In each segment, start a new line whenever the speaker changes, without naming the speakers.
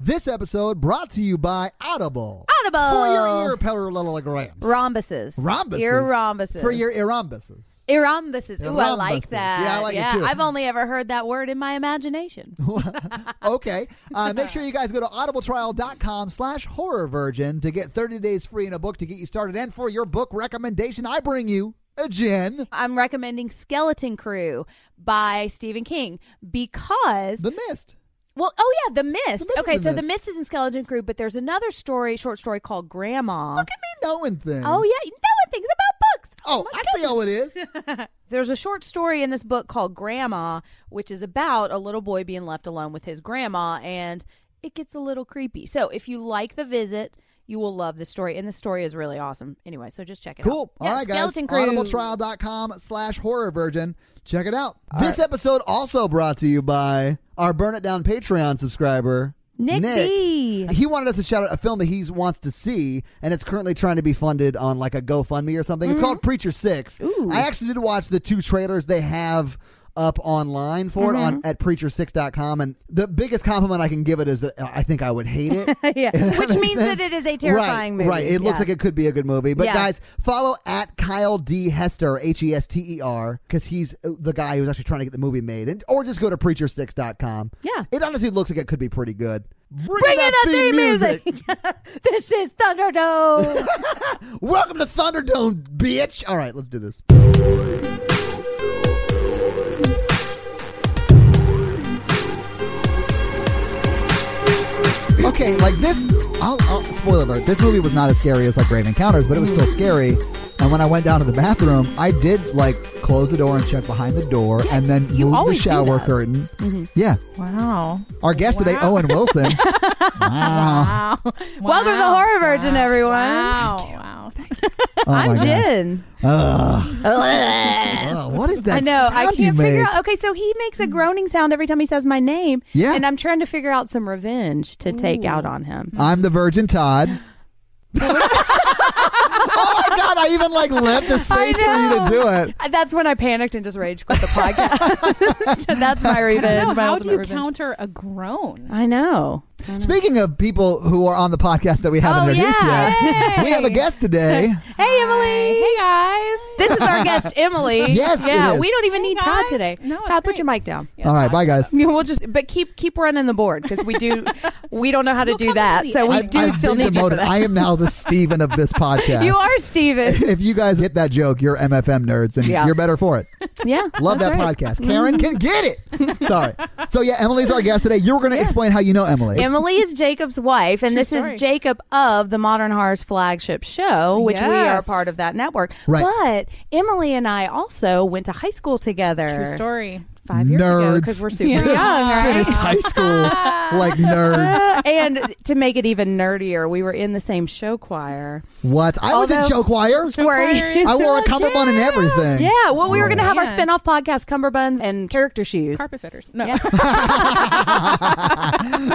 This episode brought to you by Audible.
Audible.
For your ear parallelograms.
Rhombuses.
Rhombuses.
Oh. Ear rhombuses.
For your rhombuses.
Rhombuses. Ooh, I
Rhombuses.
like that.
Yeah, I like it too.
I've only ever heard that word in my imagination.
okay. Uh, make sure you guys go to audibletrial.com slash horror virgin to get 30 days free in a book to get you started. And for your book recommendation, I bring you a Jen.
I'm recommending Skeleton Crew by Stephen King because
The Mist.
Well, oh yeah, The Mist.
Mist
okay,
is
so
in
The
this.
Mist is in Skeleton Crew, but there's another story, short story called Grandma.
Look at me knowing things.
Oh yeah, you know things about books.
Oh,
my
I see how it is.
There's a short story in this book called Grandma, which is about a little boy being left alone with his grandma, and it gets a little creepy. So if you like the visit, you will love this story, and the story is really awesome. Anyway, so just check it out.
Cool.
Yeah,
All right, guys.
Skeleton Crew.
Audibletrial.com slash horror virgin. Check it out. this episode also brought to you by our Burn It Down Patreon subscriber,
Nick D.
He wanted us to shout out a film that he wants to see, and it's currently trying to be funded on like a GoFundMe or something. It's called Preacher Six.
Mm-hmm. Ooh.
I actually did watch the two trailers they have up online for it
Mm-hmm.
on at preacher6.com and the biggest compliment I can give it is that I think I would hate it.
yeah,
If
which
makes
means
sense.
that it is a terrifying
right,
movie.
Right. It looks
Yeah.
like it could be a good movie. But
Yeah.
guys, follow at Kyle D. Hester, H E S T E R, because he's uh, the guy who's actually trying to get the movie made. And, or just go to preacher6.com.
Yeah.
It honestly looks like it could be pretty good. Bring,
Bring in that theme music. this is Thunderdome.
Oh Welcome to Thunderdome, bitch. All right, let's do this. Okay, like this. I'll, I'll, spoiler alert: this movie was not as scary as like Grave Encounters, but it was still scary. And when I went down to the bathroom, I did like close the door and check behind the door, and then
you
move the
always do
shower
that. Mm-hmm.
curtain. Yeah,
Wow.
our guest today, Owen Wilson. wow.
Wow.
Welcome to the Horror Virgin, everyone.
Wow. Wow.
Oh my
I'm
God.
Jin.
Ugh. Ugh, what is that?
I know. I
sound you
can't figure
make?
out. Okay, so he makes a groaning sound every time he says my name.
Yeah.
And I'm trying to figure out some revenge to take out on him.
I'm the Virgin Todd. oh my god! I even like left a space for you to
know.
do it.
Uh, That's when I panicked and just rage quit the podcast. That's my revenge.
No,
my
how do
ultimate
you
revenge.
counter a groan?
I know.
Speaking of people who are on the podcast that we haven't
Oh,
introduced
yeah.
yet, we have a guest today.
Hey, Emily.
Hey, guys.
This is our guest, Emily.
Yes, it
Yeah.
is.
We don't even
Hey,
need Todd
guys.
today.
No, it's
Todd, put
great.
your mic down.
Yeah,
All right,
talk
bye
to
guys.
Yeah, we'll just but keep keep running the board because we do we don't know how to do that. So we
I've-
do
I've
still
been
need you for
demoted.
that.
I am now the Steven of this podcast.
You are Steven.
If you guys hit that joke, you're MFM nerds, and
Yeah.
you're better for it.
yeah.
Love that podcast. Karen can get it. Sorry. So yeah, Emily's our guest today. You were going to explain how you know Emily.
Emily is Jacob's wife, and
True
this
story.
is Jacob of the Modern Horror's flagship show, which we are
Yes.
part of that network.
Right.
But Emily and I also went to high school together.
True story.
Five years ago,
Nerds.
because we're super
Yeah. Ah,
young,
Finished
right?
high school like nerds.
and to make it even nerdier, we were in the same show choir.
What? I was in
Although-
show choir.
Were you-
Sorry.
I wore a
Still
cummerbund and
jam.
everything.
Yeah, well, we were going to have our
man.
spin off podcast, Cumberbuns and Character Shoes.
Carpet fitters. No.
Yeah.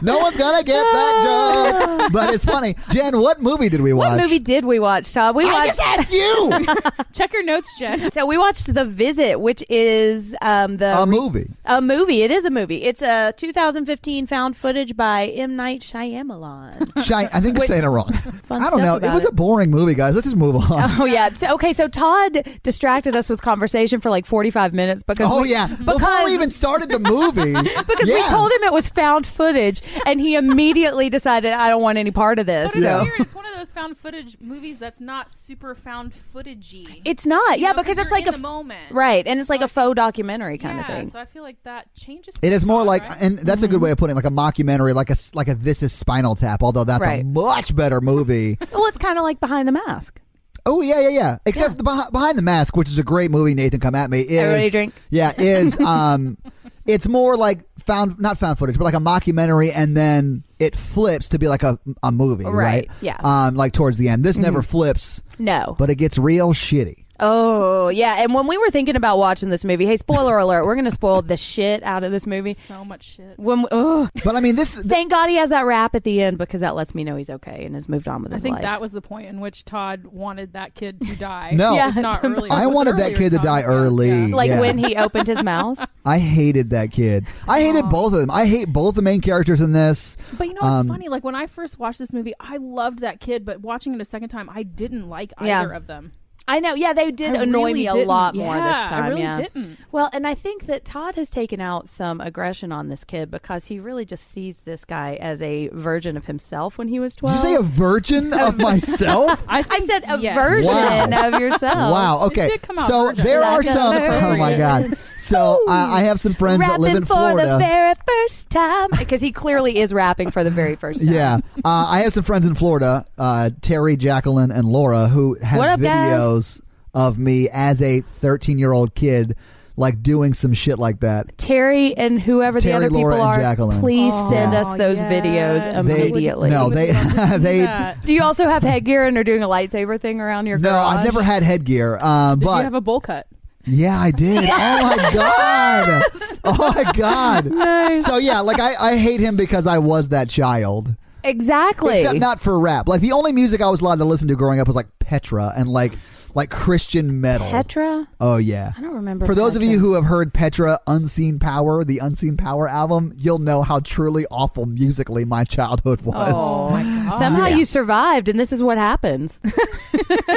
No one's gonna get that joke. But it's funny. Jen, what movie did we watch?
What movie did we watch, Todd? We
I
watched
just asked you.
Check your notes, Jen.
So we watched The Visit, which is um, the
a movie.
A movie. It is a movie. It's a 2015 found footage by M. Night Shyamalan.
Shy, I think you're saying it wrong.
Fun
I don't
stuff
know. It
about
was
it.
a boring movie, guys. Let's just move on.
oh yeah. So, okay. So Todd distracted us with conversation for like 45 minutes because
Oh
we,
yeah. Before
because.
we even started the movie.
because we
Yeah.
told him it was found footage, and he immediately decided, "I don't want any part of this."
But it's
So
weird. It's one of those found footage movies that's not super found footagey.
it's not,
You
yeah,
know,
because it's
you're
like
in
a
the moment,
right, and it's like a faux documentary kind
yeah,
of thing.
So I feel like that changes.
It is more
thought,
like,
right?
and that's a good
Mm-hmm.
way of putting it, like a mockumentary, like a s- like a This Is Spinal Tap. Although that's a
Right.
much better movie.
well, it's kind of like behind the mask.
Oh yeah, yeah, yeah. Except The behind, behind the mask, which is a great movie. Nathan, come at me. Is,
Everybody drink.
Yeah, is um, it's more like found not found footage, but like a mockumentary, and then it flips to be like a a movie, right?
Right, yeah. Mm-hmm.
Um, like towards the end, this never flips,
No.
but it gets real shitty.
Oh, yeah. And when we were thinking about watching this movie, hey, spoiler alert, we're going to spoil the shit out of this movie.
So much shit.
When oh, we, ugh.
But I mean, this. th-
Thank God he has that rap at the end because that lets me know he's okay and has moved on with
I
his
think
life.
that was the point in which Todd wanted that kid to die.
No.
Yeah.
If not earlier.
I
It was
wanted that
earlier
kid to
Todd
die
died.
early.
Yeah.
like
yeah.
when he opened his mouth.
I hated that kid. I hated both of them. I hate both the main characters in this.
But you know what's
Um,
funny? Like when I first watched this movie, I loved that kid, but watching it a second time, I didn't like either
Yeah.
of them.
I know. Yeah, they did
I
annoy
really
me a
didn't.
lot more
Yeah,
this time.
I really
yeah.
didn't.
Well, and I think that Todd has taken out some aggression on this kid because he really just sees this guy as a version of himself when he was
Did
twelve.
you say a virgin of myself?
I
think-
said a
yes.
version
Wow.
of yourself.
Wow.
It
Okay.
did come out
So
virgin.
there
Like
are
a
some. Oh my
virgin.
god. So I, I have some friends that
Rapping
live in
for the
Florida.
very first time because he clearly is rapping for the very first time.
Yeah, uh, I have some friends in Florida, uh, Terry, Jacqueline, and Laura, who
What
have
up, guys?
videos of me as a 13 year old kid, like doing some shit like that.
Terry and whoever
Terry,
the other
Laura,
people
and
are,
Jacqueline.
please
Oh,
send us those
yes.
videos
They-
immediately.
no, they-
Would love to see
they-
that.
Do you also have headgear and are doing a lightsaber thing around your
No,
garage?
I've never had headgear, uh,
Did you
but
have a bowl cut?
yeah, I did. Oh my god! Oh my god! So yeah, like I, I hate him because I was that child.
Exactly.
Except not for rap. Like the only music I was allowed to listen to growing up was like Petra and like like Christian metal.
Petra?
Oh yeah.
I don't remember.
For those of
Petra.
you who have heard Petra Unseen Power, the Unseen Power album, you'll know how truly awful musically my childhood was.
Oh, my God. Somehow
Yeah.
you survived, and this is what happens.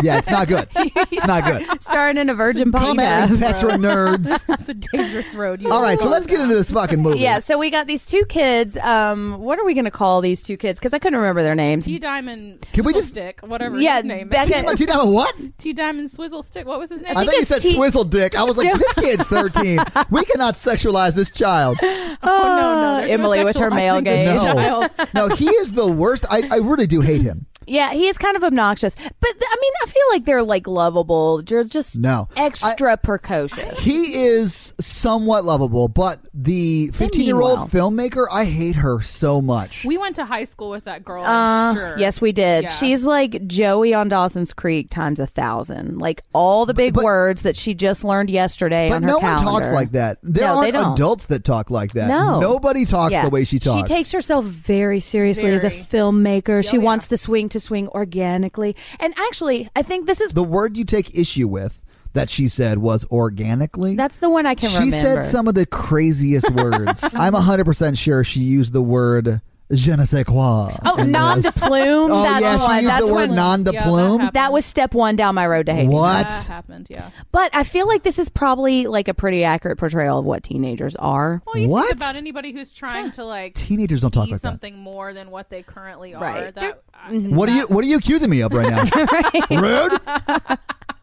Yeah, it's not good. It's not good.
Starring in a virgin
Come at me,
podcast.
Petra nerds.
That's a dangerous road. You
All right, so let's get into this fucking movie.
Yeah, so we got these two kids. Um, what are we going to call these two kids? Because I couldn't remember their names.
T Diamond
Can we
Swizzle
just-
Stick, whatever
Yeah,
his name
Becca-
is.
Tina- Tina, what?
T Diamond Swizzle Stick. What was his name?
I, think you
it's
said
T-
swizzle dick. I was like, this kid's 13. We cannot sexualize this child.
oh, no, no.
Uh,
there's no
Emily with her
sexualizing
male
this
gaze.
No.
child.
No, he is the worst. I, I really do hate him.
Yeah, he is kind of obnoxious, but th- I mean, I feel like they're like lovable. They're just
No.
extra precocious.
He is somewhat lovable, but the 15 year
well.
old filmmaker, I hate her so much.
We went to high school with that girl.
Uh,
I'm sure.
Yes, we did.
Yeah.
She's like Joey on Dawson's Creek times a thousand. Like all the big
But- but-
words that she just learned yesterday
but
on her
no
calendar.
one talks like that. There
No, they
aren't
don't.
adults that talk like that.
No.
Nobody talks
Yeah.
the way she talks.
She takes herself very seriously as a
Very. Oh,
filmmaker. she
yeah.
wants the swing to swing organically. And actually, I think this is
the word you take issue with that she said was organically.
that's the one I can
she
remember.
said some of the craziest words. I'm 100% sure she used the word je ne sais quoi.
Oh,
in
nom de
this.
plume.
Oh,
that's
yeah, she
one.
used
That's
the word
one.
non de
Yeah, that
plume.
happened.
That was step one down my road to hating.
What?
That happened. Yeah.
But I feel like this is probably like a pretty accurate portrayal of what teenagers are.
Well, you
What?
think about anybody who's trying to like
Teenagers don't talk
be
like that.
something more than what they currently are.
Right. mm-hmm.
That, I-
What are you What are you accusing me of right now? Rude.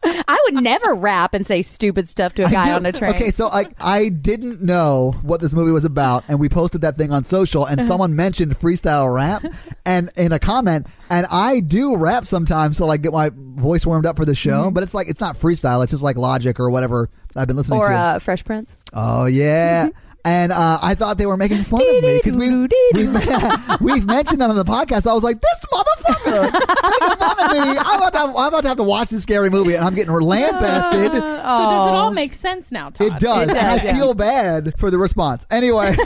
I would never rap and say stupid stuff to a guy on a train.
Okay, so I I didn't know what this movie was about, and we posted that thing on social,
Uh-huh.
and someone mentioned freestyle rap, and in a comment, and I do rap sometimes to like get my voice warmed up for the show,
Mm-hmm.
but it's like it's not freestyle, it's just like logic or whatever I've been listening
or
to.
uh, mm-hmm. Fresh Prince.
oh yeah. And uh, I thought they were making fun of me because we, we, we've mentioned that on the podcast. I was like, this motherfucker making fun of me. I'm about, to, I'm about to have to watch this scary movie and I'm getting lambasted.
so does it all make sense now, Todd?
It does.
Oh. It
and
does,
I
yeah.
feel bad for the response. Anyway.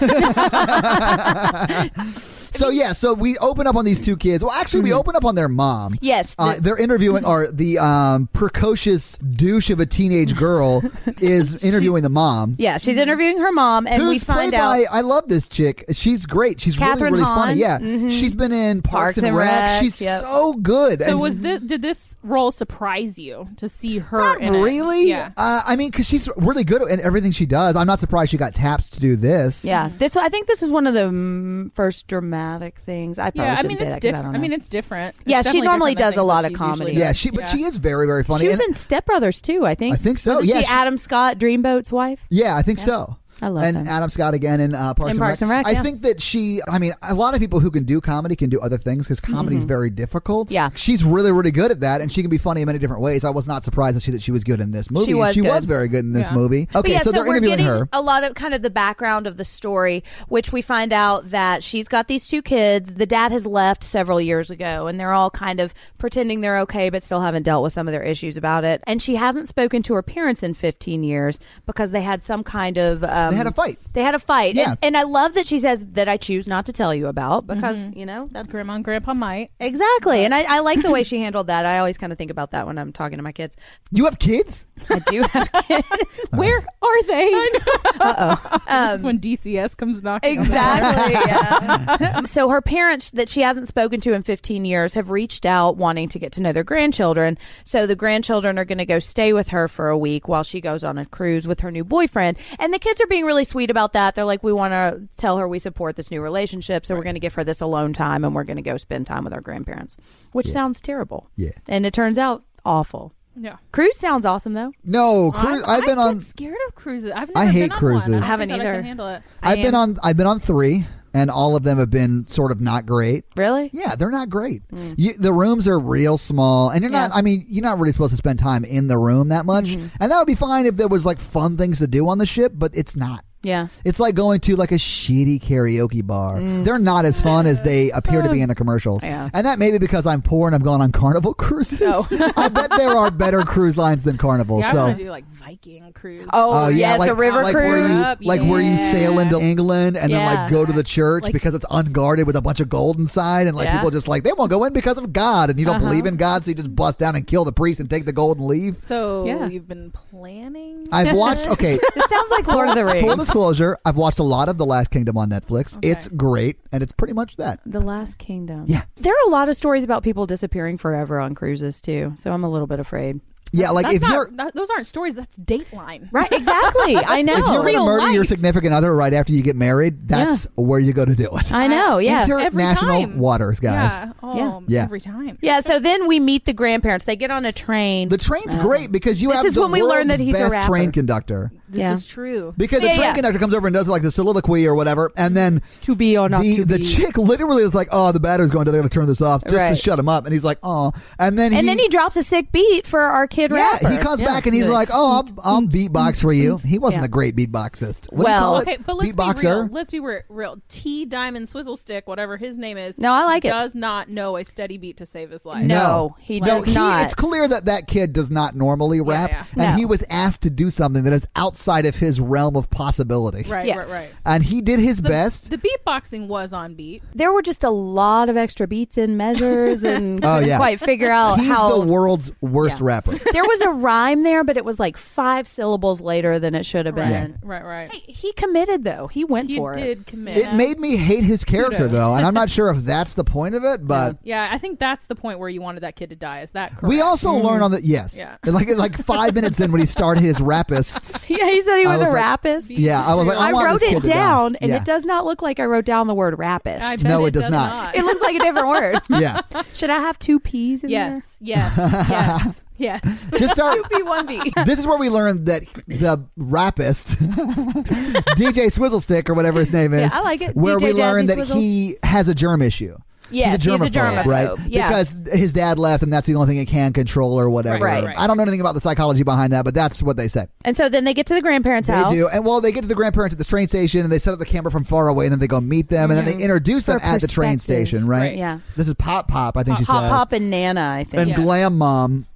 so yeah, so we open up on these two kids. Well, actually,
Mm-hmm.
we open up on their mom.
Yes,
Uh,
the-
they're interviewing, or the um, precocious douche of a teenage girl is interviewing the mom.
Yeah, she's interviewing her mom, and
Who's
we find
played
out.
by, I love this chick. She's great. She's
Catherine
really, really
Hahn.
funny. Yeah.
Mhm.
She's been in Parks, and Rec. She's
yep.
so good.
So
and
was this, did this role surprise you to see her?
Not
in it?
really.
Yeah.
Uh, I mean, because she's really good at everything she does. I'm not surprised she got taps to do this.
yeah, this I think this is one of the mm, first dramatic things. I probably
Yeah. I
shouldn't
mean,
say that
it's
'cause I
different.
don't
I,
know.
mean, it's different. It's
Yeah, she
definitely
normally
different than
does a
things
lot
that
of
she's usually
comedy.
doing.
Yeah, she but she is very very funny.
she was
And-
in Step Brothers too. I think.
I think so,
Wasn't
yeah,
she
she-
Adam Scott Dreamboat's wife?
yeah, I think so.
I love
and
them.
Adam Scott again in uh, Parks,
In Parks and Rec,
I
yeah.
think that she, I mean, a lot of people who can do comedy can do other things because comedy is very difficult.
Mm-hmm. Yeah.
she's really, really good at that, and she can be funny in many different ways. I was not surprised to see that she was good in this movie. and
was
she
good.
was very good in this
Yeah.
movie.
But
Okay,
yeah,
so, they're
we're
interviewing
getting
her.
a lot of kind of the background of the story, which we find out that she's got these two kids. The dad has left several years ago, and they're all kind of pretending they're okay, but still haven't dealt with some of their issues about it. And she hasn't spoken to her parents in 15 years because they had some kind of um,
They had a fight.
They had a fight.
Yeah.
And, and I love that she says that I choose not to tell you about because you know that's
Grandma and Grandpa might.
exactly. And I, I like the way she handled that. I always kind of think about that when I'm talking to my kids.
You have kids?
I do have kids. Where are they? um,
this is when DCS comes knocking. on the door.
Exactly. yeah. so her parents that she hasn't spoken to in 15 years have reached out wanting to get to know their grandchildren. So the grandchildren are going to go stay with her for a week while she goes on a cruise with her new boyfriend. And the kids are being really sweet about that. They're like, we want to tell her we support this new relationship. So we're going to give her this alone time and we're going to go spend time with our grandparents, which sounds terrible.
Yeah.
And it turns out awful.
Yeah.
Cruise sounds awesome though. Oh,
No, cru-
I'm-
I've been
I
on.
get scared of cruises. I've never
I hate
been on one.
cruises.
don't
I
haven't
think that
either.
can handle it.
I
I've been
am-
on. I've been on three, and all of them have been sort of not great.
Really?
Yeah, they're not great. You, the rooms are real small, and you're not.
Yeah.
I mean, you're not really supposed to spend time in the room that much, and that would be fine if there was like fun things to do on the ship, but it's not.
Yeah.
It's like going to like a shitty karaoke bar. They're not as fun as they appear to be in the commercials.
Yeah.
And that may be because I'm poor and I've gone on Carnival cruises. I bet there are better cruise lines than Carnival.
See, I
so
want to do like Viking cruise.
Oh,
Uh, yeah,
yes,
like,
a river
like
cruise.
Where you,
Up,
like where you
yeah.
sail into England and then
Yeah.
like go to the church
Like-
because it's unguarded with a bunch of gold inside, and like
Yeah. Uh-huh.
people just like they won't go in because of God, and you don't believe in God, so you just bust down and kill the priest and take the gold and leave.
So
Yeah.
you've been planning?
I've watched. Okay,
This sounds like Lord of the Rings.
full disclosure, I've watched a lot of The Last Kingdom on Netflix. It's great, and it's pretty much that.
The Last Kingdom.
Yeah.
There are a lot of stories about people disappearing forever on cruises too. So I'm a little bit afraid.
Yeah, like
That's
if
not,
you're
that- those aren't stories. That's Dateline.
Right, exactly. I know.
if you're gonna
real
murder your
life.
significant other right after you get married, that's where you go to do it.
I know, yeah.
every
International
time.
waters, guys.
Yeah. Oh,
Yeah.
Yeah.
Every time.
yeah, so then we meet the grandparents. They get on a train.
The train's great because you
Uh-huh. This
have
is
the
when we learn
world's
that he's a
best
rapper.
train conductor.
This
Yeah.
is true.
Because the
Yeah,
train
yeah.
conductor comes over and does like the soliloquy or whatever, and then
to be or not
the,
to
the
be.
chick literally is like, "Oh, the battery's going. down. I got to turn this off just to
Right.
shut him up." And he's like, "Oh," and then
and
he,
then he drops a sick beat for our kid
yeah,
rapper.
he comes
Yeah.
back and he's
Good.
like, "Oh, I'll, I'll beatbox for you." He wasn't
Yeah.
a great beatboxist. What do you
Well-
call it?
Okay, but let's
beatboxer.
be real. Let's be re- real. T Diamond Swizzle Stick, whatever his name is.
No, I like it.
Does not know a steady beat to save his life.
No. he does
he-
not.
It's clear that that kid does not normally rap,
yeah.
and
No.
he was asked to do something that is outside of his realm of possibility.
Right.
Yes.
Right. Right.
And he did his best.
The beatboxing was on beat.
There were just a lot of extra beats and measures and
Oh,
couldn't
yeah.
quite figure out
he's
how
the world's worst
Yeah.
rapper.
there was a rhyme there, but it was like five syllables later than it should have
Right.
been.
Right. Right.
Hey, he committed though. He went
He
for it.
did commit.
It made me hate his character
Kudos.
though, and I'm not sure if that's the point of it, but
yeah, I think that's the point where you wanted that kid to die. Is that correct?
we also learn on the yes.
Yeah.
Like like five minutes in when he started his rapists.
Yeah, he said he
I
was,
was
a
like,
rapist.
Yeah, I was like, I,
I,
want
wrote
this kid
it
to die.
down, and
yeah.
it does not look like I wrote down the word rapist.
I bet
No, it does not.
it looks like a different word.
Yeah,
Should I have two P's in
yes. Yes. Yes. Yes.
just start.
there? Two P, one B.
This is where we learned that the rapist, DJ Swizzlestick or whatever his name is,
I like it.
Where
DJ
we learn
Jazzy
that
Swizzle.
he has a germ issue.
Yes,
he's a germaphobe,
germaphobe.
right?
Yeah.
Because his dad left, and that's the only thing he can control or whatever.
Right, right.
I don't know anything about the psychology behind that, but that's what they say.
and so then they get to the grandparents'
They
house.
do. And well, they get to the grandparents at the train station and they set up the camera from far away and then they go meet them and then they introduce
Mm-hmm. For
them at the train
perspective.
station, right?
Right.
Yeah.
This is Pop Pop, I think she
Pop
says.
Pop and Nana, I think.
And
Yeah.
Glam Mom.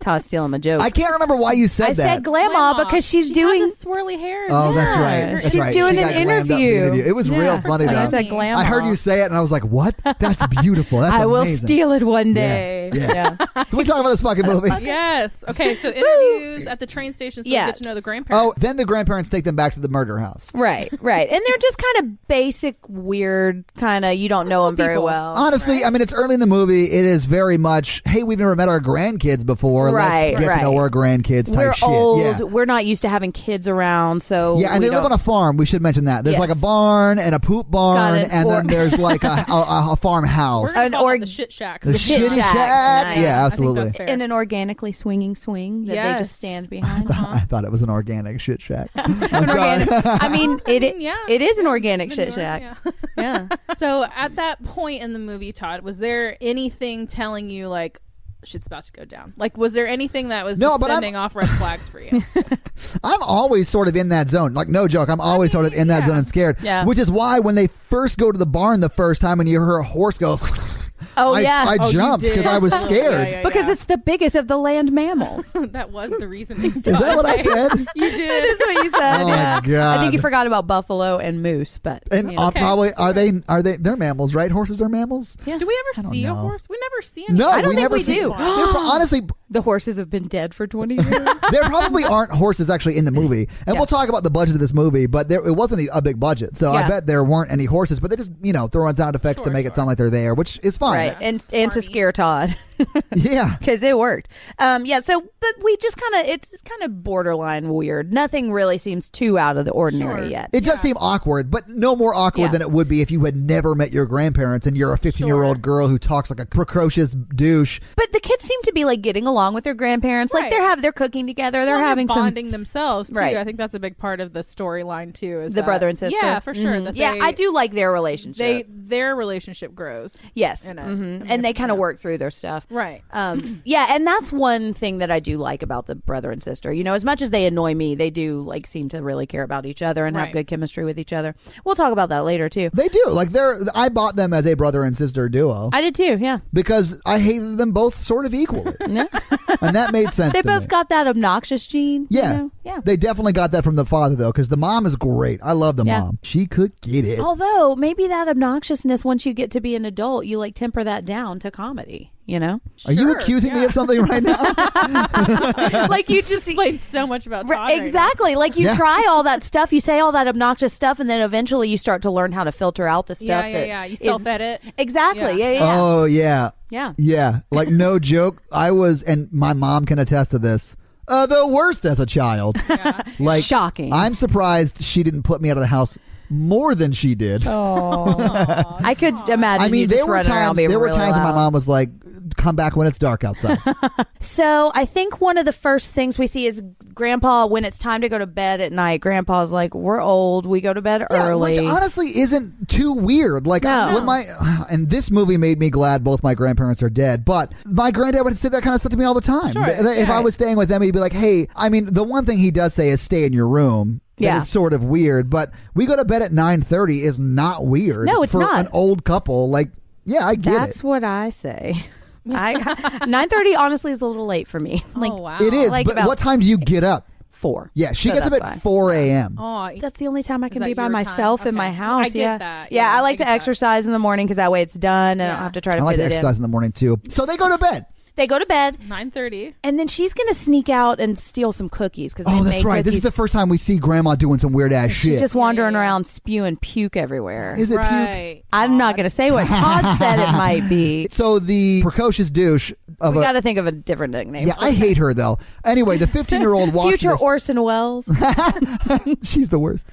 Todd's stealing my joke.
I can't remember why you said
I
that.
said Glamma because she's
She had
doing.
the swirly hair.
oh, that's right. That's
She's
right.
doing
She
an
got glammed up in the
interview.
interview. It was
Yeah.
real funny,
I
though.
said Glamma.
I heard you say it and I was like, what? That's beautiful. That's
I will
amazing.
steal it one
Yeah.
day.
Yeah. Can we talk about this fucking movie?
Yes. Okay. So interviews at the train station, so
Yeah.
you get to know the grandparents.
Oh, then the grandparents take them back to the murder house.
Right, right. And they're just kind of basic, weird, kind of, you don't know them very
people.
well.
Honestly, I mean, it's early in the movie. It is very much, hey, we've never met our grandkids before.
Right,
Let's get
right.
to know our grandkids type
We're
shit.
old.
Yeah.
We're not used to having kids around, so
Yeah, and
we
they live
don't-
on a farm. We should mention that. There's
Yes.
like a barn and a poop barn,
an
and then
or-
there's like a, a, a, a farmhouse.
We're gonna
an
call it
org-
the shit shack.
Oh, The
shit
shitty
shack.
that.
Nice.
Yeah,
I think
absolutely.
that's fair.
in an organically swinging swing that they
Yes.
just stand
I
behind.
thought, I thought it was an organic shit shack. I'm
An
sorry.
organic- I mean,
I
it,
mean, yeah.
it is an organic
Been
shit
there,
shack.
yeah.
Yeah.
So at that point in the movie, Todd, was there anything telling you like shit's about to go down? Like, was there anything that was
No,
just
but I'm-
sending off red flags for you?
I'm always sort of in that zone. Like, no joke. I'm always sort of in that
yeah.
zone and scared.
Yeah.
Which is why when they first go to the barn the first time and you hear a horse go,
Oh
I,
yeah.
I
Oh, you
jumped
did.
because I was
Yeah,
scared.
yeah,
because
yeah.
it's the biggest of the land mammals.
that was the reasoning.
Is that what I said?
You did.
That's what you said.
Oh, my
yeah. I think you
God.
forgot about buffalo and moose, but
And
you
uh,
know.
Okay.
probably are they are they they're mammals, right? Horses are mammals.
Do we
I
ever
don't
see
know.
a horse? We never see any.
No,
I don't
we
think
never
we
see.
do.
They're pro- honestly,
the horses have been dead for twenty years.
there probably aren't horses actually in the movie, and
Yeah.
we'll talk about the budget of this movie. But there, it wasn't a big budget, so I
Yeah.
bet there weren't any horses. But they just you know throw on sound effects to
Sure,
make it
sure.
sound like they're there, which is fine.
right. And and to
Smarty.
scare Todd.
Yeah,
because it worked. Um, yeah. So, but we just kind of it's kind of borderline weird. Nothing really seems too out of the ordinary
Sure.
yet.
it does seem awkward, but no more awkward
Yeah.
than it would be if you had never met your grandparents and you're a 15 year old
Sure.
girl who talks like a precocious douche.
but the kids seem to be like getting along with their grandparents. Like
Right.
they're have they're cooking together. They're
Well,
having some.
bonding themselves too.
Right.
I think that's a big part of the storyline too. Is
The
that-
brother and sister.
Yeah, for sure.
Mm-hmm.
Mhm.
that
yeah,
they-
I do like their relationship.
They their relationship grows.
yes,
you know,
Mhm.
I mean,
and they
if-
kind
yeah.
of work through their stuff.
Right.
Um, yeah, and that's one thing that I do like about the brother and sister. You know, as much as they annoy me, they do like seem to really care about each other and have
Right.
good chemistry with each other. We'll talk about that later too.
They do like they're. I bought them as a brother and sister duo
I did too. Yeah.
because I hated them both sort of equally, and that made sense.
They
to
both
me.
got that obnoxious gene. you
Yeah.
know? Yeah.
They definitely got that from the father though, because the mom is great. I love the
Yeah. Oh,
mom. She could get it.
Although maybe that obnoxiousness, once you get to be an adult, you like temper that down to comedy. You know,
Are you
Sure,
accusing me
yeah.
of something right now?
like you just
Explains so much about Todd.
Right,
right now.
exactly. Like you
Yeah.
try all that stuff, you say all that obnoxious stuff, and then eventually you start to learn how to filter out the
Yeah,
stuff.
yeah,
that
yeah. You
is-
self edit.
Exactly. Yeah, yeah, yeah.
Oh yeah.
yeah.
Yeah. Like no joke. I was and my mom can attest to this. Uh, the worst as a child. Like
Shocking.
I'm surprised she didn't put me out of the house more than she did.
I could imagine.
I
Oh, you
mean,
just
there were
running around
times
being
there were
really
times when my
loud.
mom was like, "Come back when it's dark outside."
So I think one of the first things we see is Grandpa when it's time to go to bed at night. Grandpa's like, "We're old. We go to bed
Yeah,
early."
Which honestly isn't too weird. Like
No.
when my and this movie made me glad both my grandparents are dead. But my granddad would say that kind of stuff to me all the time.
Sure,
Th- th- If
yeah.
I was staying with them, he'd be like, "Hey, I mean, the one thing he does say is stay in your room." That
Yeah.
is sort of weird. But we go to bed at nine thirty is not weird.
No, it's
for
not.
an old couple. Like, yeah, I get
That's
it.
what I say. I nine thirty honestly is a little late for me. Like
oh wow.
It is.
like
but
about-
what time do you get up?
four.
Yeah, she
So
gets up
that's
at
why.
four a.m.
Oh, it-
That's the only time I can
that
be by
your time?
myself in my
Okay.
house.
I get
yeah.
that.
Yeah,
Yeah,
I
I
like
get
to
that.
exercise in the morning because that way it's done and I don't
Yeah.
have to try to
I like
fit
to
it
exercise in the morning too. So they go to bed.
in. They go to bed
Nine thirty.
and then she's gonna sneak out and steal some cookies because
Oh, that's right. This is the first time we see Grandma doing some weird ass shit.
she's just wandering
Yeah, yeah, yeah.
around spewing puke everywhere.
Is it puke?
Right.
I'm not gonna say what Todd said it might be.
So the precocious douche of
We
a
got to think of a different nickname.
yeah, I hate her though. Anyway, the fifteen-year-old walks. to
Future
the
Orson Welles.
she's the worst.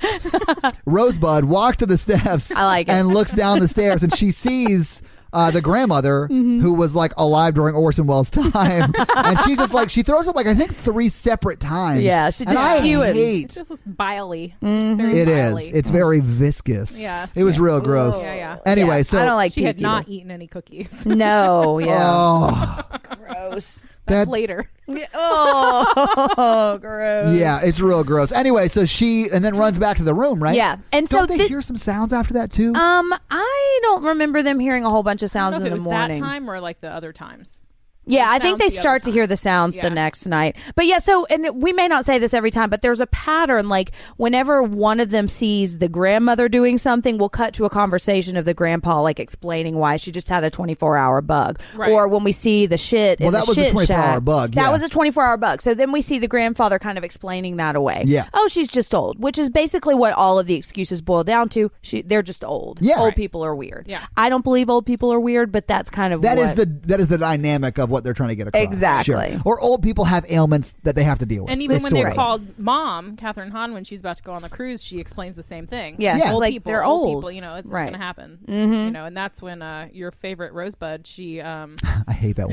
Rosebud walks to the steps.
I like it.
And looks down the stairs, and she sees. Uh, the grandmother
Mm-hmm.
who was like alive during Orson Welles' time, and she's just like she throws up like I think three separate times.
Yeah, she
And
just
I
spewing.
hate
It's just biley.
Mm-hmm. it is. It's very viscous.
Yes.
it was real gross.
Yeah, yeah.
Anyway,
Yeah,
so
I don't like
she had
puke
not eaten any cookies.
either. No, yeah,
oh,
gross.
that
Later.
Oh, gross.
yeah, it's real gross. Anyway, so she and then runs back to the room, right?
Yeah, and
Don't
so
they
thi-
hear some sounds after that too?
Um, I don't remember them hearing a whole bunch of
I
sounds
don't
in
know if
the
it was that
morning.
time or like the other times.
yeah, I
sounds
think they
the other
start to
time.
hear the sounds
Yeah.
the next night. But yeah, so and we may not say this every time, but there's a pattern. Like whenever one of them sees the grandmother doing something, we'll cut to a conversation of the grandpa like explaining why she just had a 24 hour bug,
Right.
or when we see the shit.
Well,
in
that
the
was a
shit
24-hour
shack,
bug,
That
yeah.
was a 24 hour bug. So then we see the grandfather kind of explaining that away.
Yeah.
Oh, she's just old, which is basically what all of the excuses boil down to. She, they're just old.
Yeah.
Old
Right.
people are weird.
Yeah.
I don't believe old people are weird, but that's kind of
That
what
is the that is the dynamic of what they're trying to get across.
Exactly.
Sure. Or old people have ailments that they have to deal with.
And even
It's
when they're
sort of-
called mom, Catherine Hahn, when she's about to go on the cruise, she explains the same thing.
Yeah,
Yeah.
she's
old
like,
people,
they're
old.
old.
people, you know, it's,
Right. Mm-hmm.
going to happen. You know, and that's when uh, your favorite Rosebud, she, um,
I hate that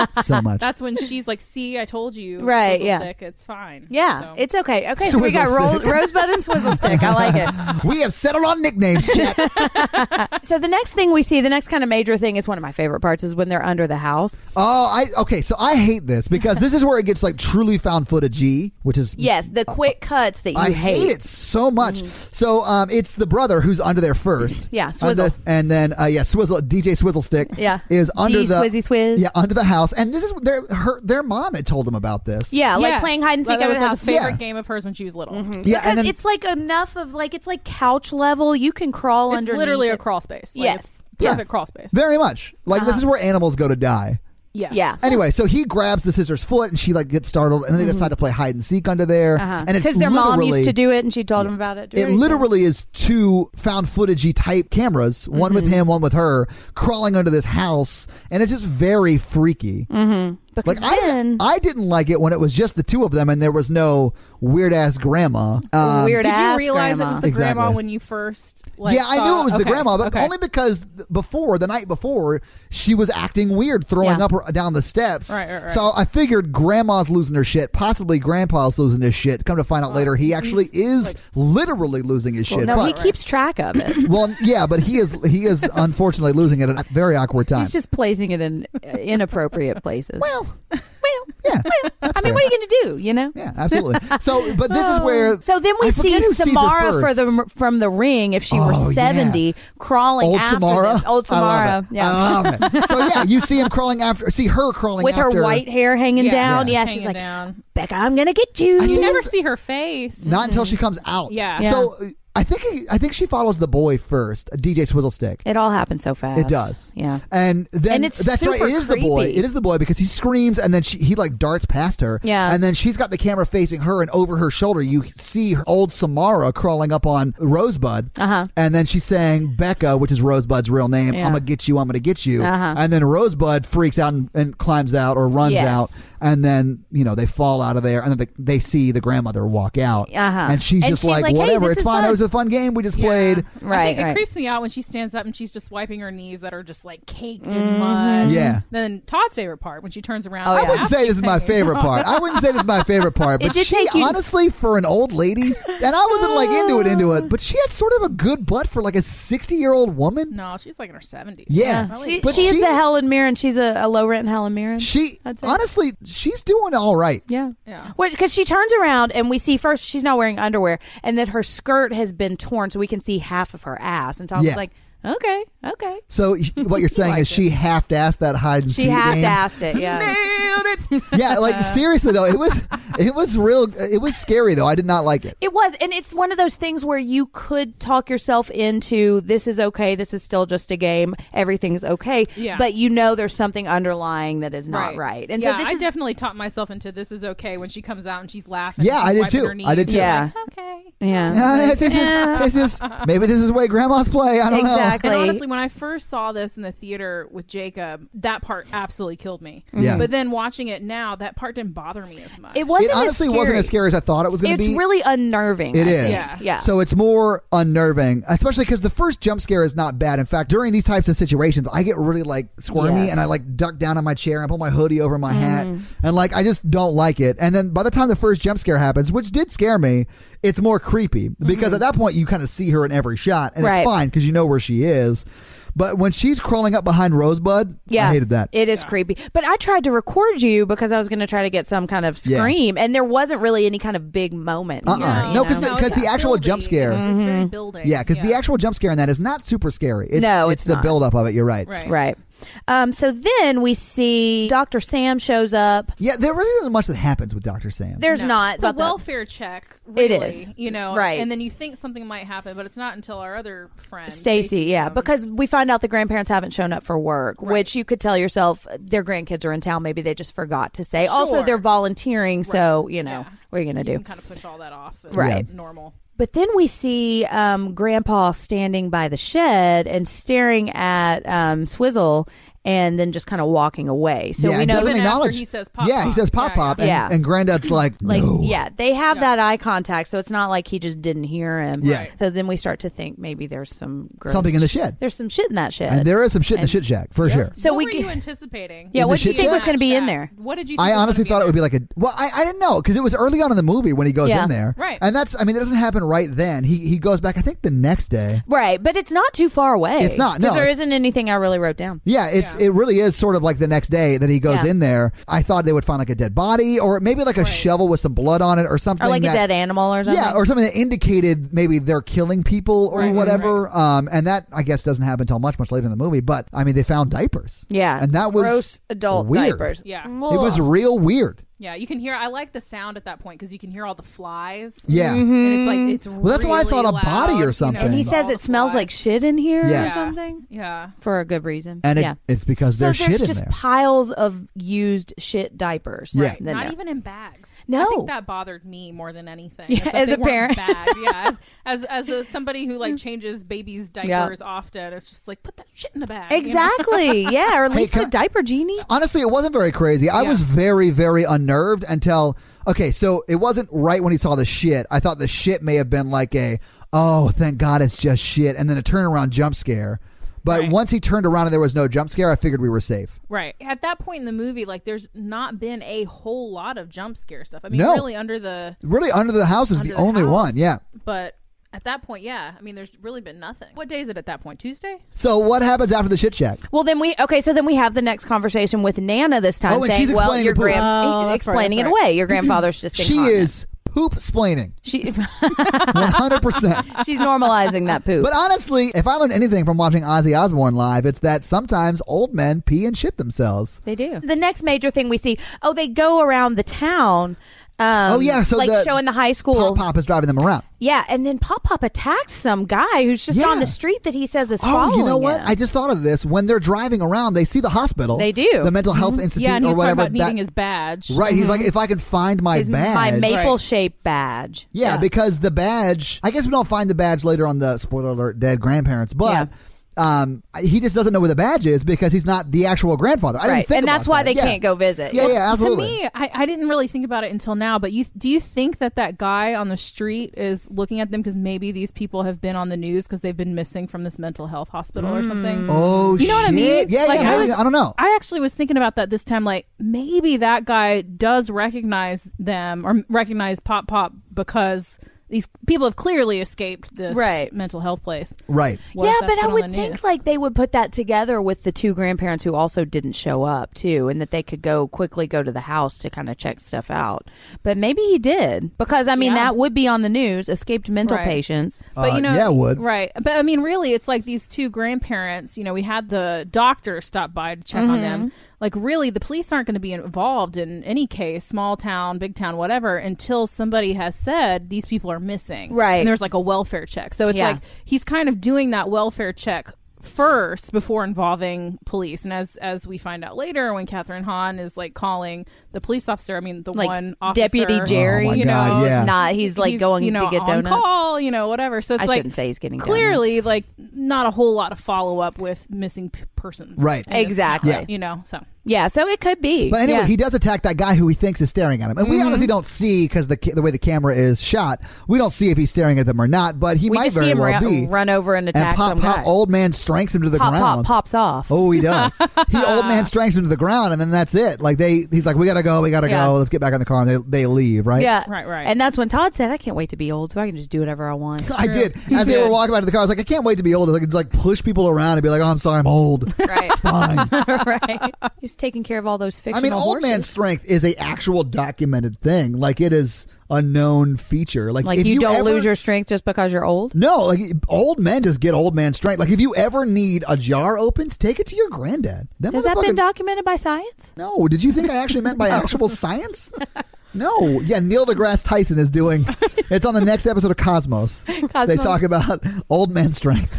woman so much.
that's when she's like, "See, I told you,
Right,
swizzle
yeah.
stick, it's fine."
Yeah,
So-
it's okay. Okay, so we got
Swizzle
roll,
stick.
Rosebud and Swizzle Stick. I like it.
we have settled on nicknames, Jack.
So the next thing we see, the next kind of major thing is one of my favorite parts is when they're under the house.
oh, I okay. So I hate this because this is where it gets like truly found footage, which is
Yes, the quick cuts that you
I
Mm-hmm.
hate it so much. So um, it's the brother who's under there first.
Yeah,
Under
Swizzle.
this- and then uh, yeah, Swizzle DJ Swizzle Stick.
Yeah.
is under
D
the
Swizzy Swizz.
Yeah, under the house. And this is their her their mom had told them about this.
Yeah, like
Yes.
playing hide and seek under
That was
the
like
house.
a favorite
Yeah.
game of hers when she was little.
yeah,
because
and then
it's like enough of like it's like couch level. You can crawl
It's
underneath.
literally a
it.
crawl space. Like,
Yes.
it's
Yes.
perfect crawl space.
very much like
Uh-huh.
this is where animals go to die.
Yes.
Yeah.
Anyway, so he grabs the sister's foot and she like gets startled, and then they
Mm-hmm.
decide to play hide and seek under there. And it's
Uh-huh. because their mom
literally-
used to do it, and she told him about it.
It literally is two found footagey type cameras, one
Mm-hmm.
with him, one with her, crawling under this house, and it's just very freaky.
because
Like I,
then
I didn't like it when it was just the two of them and there was no weird ass grandma. Um,
weird
Did you
ass
realize
grandma.
it was the
Exactly.
grandma when you first? Like,
yeah, I knew
saw-
it was the
okay,
grandma, but
okay.
only because th- before the night before she was acting weird, throwing
Yeah.
up or down the steps.
Right, right, right.
So I figured grandma's losing her shit, possibly grandpa's losing his shit. Come to find out later, he actually is literally losing his shit.
no,
but,
he keeps track of it.
well, yeah, but he is he is unfortunately losing it at a very awkward time.
He's just placing it in uh, inappropriate places.
well,
well,
yeah,
I mean, what are you going to do? You know. Um,
yeah, absolutely. So, but this is where
So then we
I
see
forget who sees her
Samara for
first.
the, from the ring, if she
Oh,
were
yeah.
70, crawling
old
after
Samara.
them. Old Samara.
I love it. Uh,
Yeah.
I love it. So yeah, you see him crawling after. See her crawling
With her
after-
white hair hanging
Yeah.
down.
Yeah.
Yeah,
Hanging
she's like,
down.
Becca, I'm going to get you.
I
You
think
never
it's-
see her face.
Not until she comes out.
Yeah.
Yeah.
So uh, I think he, I think she follows the boy first, DJ Swizzle Stick.
it all happens so fast.
It does.
Yeah.
And then
And it's
that's right.
super
It is the boy.
creepy.
It is the boy because he screams and then she, he like darts past her.
Yeah.
And then she's got the camera facing her and over her shoulder you see her old Samara crawling up on Rosebud.
Uh-huh.
And then she's saying Becca, which is Rosebud's real name.
Yeah.
I'm gonna get you. I'm gonna get you.
Uh-huh.
And then Rosebud freaks out and, and climbs out or runs
Yes.
out. And then you know they fall out of there, and then they, they see the grandmother walk out,
Uh-huh.
and she's
And
just
she's
like,
like, "Hey,
"Whatever,
this
it's
is
fine. It
fun."
was a fun game we just
Yeah.
played."
Right,
I think
right.
It creeps me out when she stands up and she's just wiping her knees that are just like caked in mud.
Yeah.
Then Todd's favorite part when she turns around.
Mm-hmm. Oh,
I
yeah.
wouldn't say this is my
Absolutely.
favorite part. I wouldn't say this is my favorite part, but
did
she
take you-
honestly, for an old lady, and I wasn't like into it, into it, but she had sort of a good butt for like a sixty-year-old woman.
No, she's like in her seventies.
Yeah,
She,
but
she is the Helen Mirren. She's a, a low rent Helen Mirren.
She
I'd say.
honestly, she's doing all right.
yeah.
Yeah.
Because she turns around and we see first she's not wearing underwear and that her skirt has been torn so we can see half of her ass. And Tom's
Yeah.
like, okay, okay.
So what you're saying
liked
is she half-assed that hide and
She
seek
half
game?
assed it. Yeah.
Nailed it. yeah, like seriously though, it was it was real. It was scary though. I did not like it.
It was, and it's one of those things where you could talk yourself into this is okay, this is still just a game, everything's okay.
Yeah.
But you know there's something underlying that is not right. And
yeah,
so this
I
is
definitely taught myself into this is okay when she comes out and she's laughing.
Yeah,
and
I
she's
did
wiping
too.
her knees.
I did too.
Yeah.
Okay.
Yeah.
Yeah, this, is, this is maybe this is the way grandmas play. I don't
Exactly.
And honestly, when I first saw this in the theater with Jacob, that part absolutely killed me.
Yeah.
But then watching it now, that part didn't bother me as much.
It
know.
wasn't
It honestly
as scary.
wasn't as scary as I thought it was going to
It's
be.
really unnerving.
It
I
is.
think.
Yeah.
Yeah.
So it's more unnerving, especially because the first jump scare is not bad. In fact, during these types of situations, I get really like squirmy
Yes. Mm.
and I like duck down on my chair and pull my hoodie over my hat. And like, I just don't like it. And then by the time the first jump scare happens, which did scare me, it's more creepy because at that point you kind of see her in every shot and
Mm-hmm. Right.
it's fine because you know where she is. But when she's crawling up behind Rosebud,
Yeah,
I hated that.
It is creepy. But I tried to record you because I was going to try to get some kind of
Yeah.
scream, and there wasn't really any kind of big moment.
Uh-uh.
Here, you
No,
know? Mm-hmm.
the- 'cause
it's
the actual
building.
jump scare-
It's, it's very building.
yeah, because the actual jump scare in that is not super scary. It's,
No,
it's,
it's
the
not.
buildup of it. You're right.
Right.
right. Um, so then we see Dr. Sam shows up.
Yeah, there really isn't much that happens with Doctor Sam.
There's not.
the
about that.
welfare check.
It
Really,
is.
you know,
Right.
And then you think something might happen, but it's not until our other friend
Stacy, yeah,
um,
because we find out the grandparents haven't shown up for work, which you could tell yourself their grandkids are in town. Maybe they just forgot to say. Also,
Sure.
they're volunteering, so you know
Yeah.
what are you gonna
you
do?
can kind of push all that off. It's
Right.
normal.
But then we see um, Grandpa standing by the shed and staring at um, Swizzle, and then just kind of walking away. So
yeah,
we
it
know
doesn't
Even after
acknowledge.
he says pop,
yeah, he
pop.
says pop
Yeah,
pop,
yeah.
and,
Yeah.
and granddad's like,
like
no.
yeah, they have
Yeah.
that eye contact, so it's not like he just didn't hear him.
Yeah.
Right.
So then we start to think maybe there's some gross,
something in the shed,
There's some shit in that shit.
and there is some shit in the
And-
shit shack for sure.
So
what
we
were
g-
you anticipating?
Yeah,
In what the did you shit think shack?
was gonna be in
Shack.
there?
What did you? Think
I
was
honestly
gonna
thought
be
it would be like a well, I, I didn't know because it was early on in the movie when he goes
Yeah.
in there,
Right.
And that's I mean it doesn't happen right then. He he goes back I think the next day.
Right, but it's not too far away.
It's not, no,
'Cause there
it's-
isn't anything I really wrote down.
Yeah, it's
Yeah.
it really is sort of like the next day that he goes
Yeah.
in there. I thought they would find like a dead body or maybe like a
Right.
shovel with some blood on it or something
Or like
that,
a dead animal or something.
Yeah, or something that indicated maybe they're killing people or
Right, right,
whatever. Um, and that I guess doesn't happen until much much later in the movie. But I mean, they found diapers.
Yeah.
and that was
gross adult
weird.
diapers.
Yeah.
It was real weird.
Yeah, you can hear. I like the sound at that point because you can hear all the flies.
Yeah.
and it's like it's. Well,
that's why I thought a body or something.
and Mm-hmm. he
All
says it smells like shit in here
Yeah.
or something
Yeah,
for a good reason.
And it,
yeah.
it's because
So
there's
there's
shit in
just
there.
piles of used shit diapers.
Yeah.
right.
Then
not
no.
even in bags. I
No.
think that bothered me more than anything.
Yeah,
is that
as
they
a parent.
weren't bag. yeah, as as, as a, somebody who like changes babies' diapers often, it's just like put that shit in a bag. you know?
Exactly. yeah. Or at least
can
a
I-
diaper genie.
Honestly, it wasn't very crazy. I
Yeah.
was very, very unnerved until okay. So it wasn't right when he saw the shit. I thought the shit may have been like a oh, thank God it's just shit, and then a turnaround jump scare. But
Right.
once he turned around and there was no jump scare, I figured we were safe.
Right. At that point in the movie, like there's not been a whole lot of jump scare stuff. I mean,
No.
really under the
Really, under the house is
Under
the
the
only
house.
one. Yeah.
but at that point, yeah. I mean, there's really been nothing. What day is it at that point? Tuesday?
So what happens after the shit shack?
Well, then we okay. So then we have the next conversation with Nana this time,
Oh, and
saying,
she's
"Well,
explaining
your
the poop.
Oh,
grand
that's right,
explaining
that's
it away. Your grandfather's just
She
incontinent.
is poop splaining,
She,
one hundred percent.
she's normalizing that poop.
But honestly, if I learned anything from watching Ozzy Osbourne live, it's that sometimes old men pee and shit themselves.
They do. The next major thing we see, oh, they go around the town. Um,
Oh, yeah, so
like
the
showing the high school.
Pop Pop is driving them around.
Yeah, and then Pop Pop attacks some guy who's just
Yeah.
on the street that he says is
Oh,
following
you know what?
him.
I just thought of this. When they're driving around, they see the hospital.
They do. Mm-hmm.
The mental health institute
yeah, and
or
he's talking
whatever.
about needing
that-
his badge.
right. He's like, if I can find my
His-
badge.
my maple
Right.
shaped badge.
yeah, because the badge. I guess we don't find the badge later on the spoiler alert dead grandparents, but. Um, he just doesn't know where the badge is because he's not the actual grandfather. I didn't
right.
think
And that's
about
why
that.
they
Yeah.
can't go visit.
Yeah, yeah, absolutely.
To me, I, I didn't really think about it until now. But you, do you think that that guy on the street is looking at them because maybe these people have been on the news because they've been missing from this mental health hospital or something?
Oh,
You know what I mean?
shit. Yeah, yeah.
Like, I
Maybe, I,
was-
don't know.
I actually was thinking about that this time. Like maybe that guy does recognize them or recognize Pop Pop because these people have clearly escaped this
Right.
mental health place.
right.
What
yeah,
if
but
that's been
I
on
would
the
think
news?
like they would put that together with the two grandparents who also didn't show up too, and that they could go quickly go to the house to kind of check stuff out. But maybe he did because I mean
Yeah.
that would be on the news. Escaped mental
Right.
patients.
But
Uh,
you know,
yeah, it would.
right? But I mean, really, it's like these two grandparents. You know, we had the doctor stop by to check on them.
Mm-hmm.
Like, really, the police aren't going to be involved in any case, small town, big town, whatever, until somebody has said these people are missing.
Right.
And there's like a welfare check. So it's
Yeah.
like he's kind of doing that welfare check first before involving police. And as as we find out later, when Catherine Hahn is like calling the police officer, I mean, the
Like
one officer, Oh,
Deputy Jerry,
my
you
God,
know,
yeah.
is not. Uh, He's like going
you know,
to get
on
donuts.
call, you know, whatever. So it's
I
like
shouldn't say he's getting donuts.
clearly like not a whole lot of follow up with missing p- persons,
Right.
in this
Exactly.
town, You know, so
Yeah, so it could be.
But anyway,
yeah. Mm-hmm.
he does attack that guy who he thinks is staring at him, and we honestly don't see because the ca- the way the camera is shot, we don't see if he's staring at them or not. But he
we
might
just
very
see him
well
ra-
be.
run over and attack
and pop
some
pop
guy.
old man stranks him to the
pop,
ground.
pop pops off.
Oh, he does. he old man stranks him to the ground, and then that's it. Like they, he's like, we gotta go, we gotta
Yeah.
go. Let's get back in the car, and they they leave. Right.
Yeah,
Right, right.
And that's when Todd said, "I can't wait to be old, so I can just do whatever I want."
I
true.
did. As they were
did.
walking out of the car, I was like, I can't wait to be older. Like it's like push people around and be like, oh, I'm sorry, I'm old.
right,
It's fine.
right. He's taking care of all those
I
fictional
mean, old
horses.
man strength is a actual documented thing. Like it is a known feature. Like,
Like
if
you, don't
ever-
lose your strength just because you're old.
No, like old men just get old man strength. Like if you ever need a jar opened, take it to your granddad. That
Has that been
motherfucking-
documented by science?
No, did you think I actually meant by actual science? No, yeah, Neil deGrasse Tyson is doing. It's on the next episode of Cosmos. They
Cosmos.
talk about old man strength.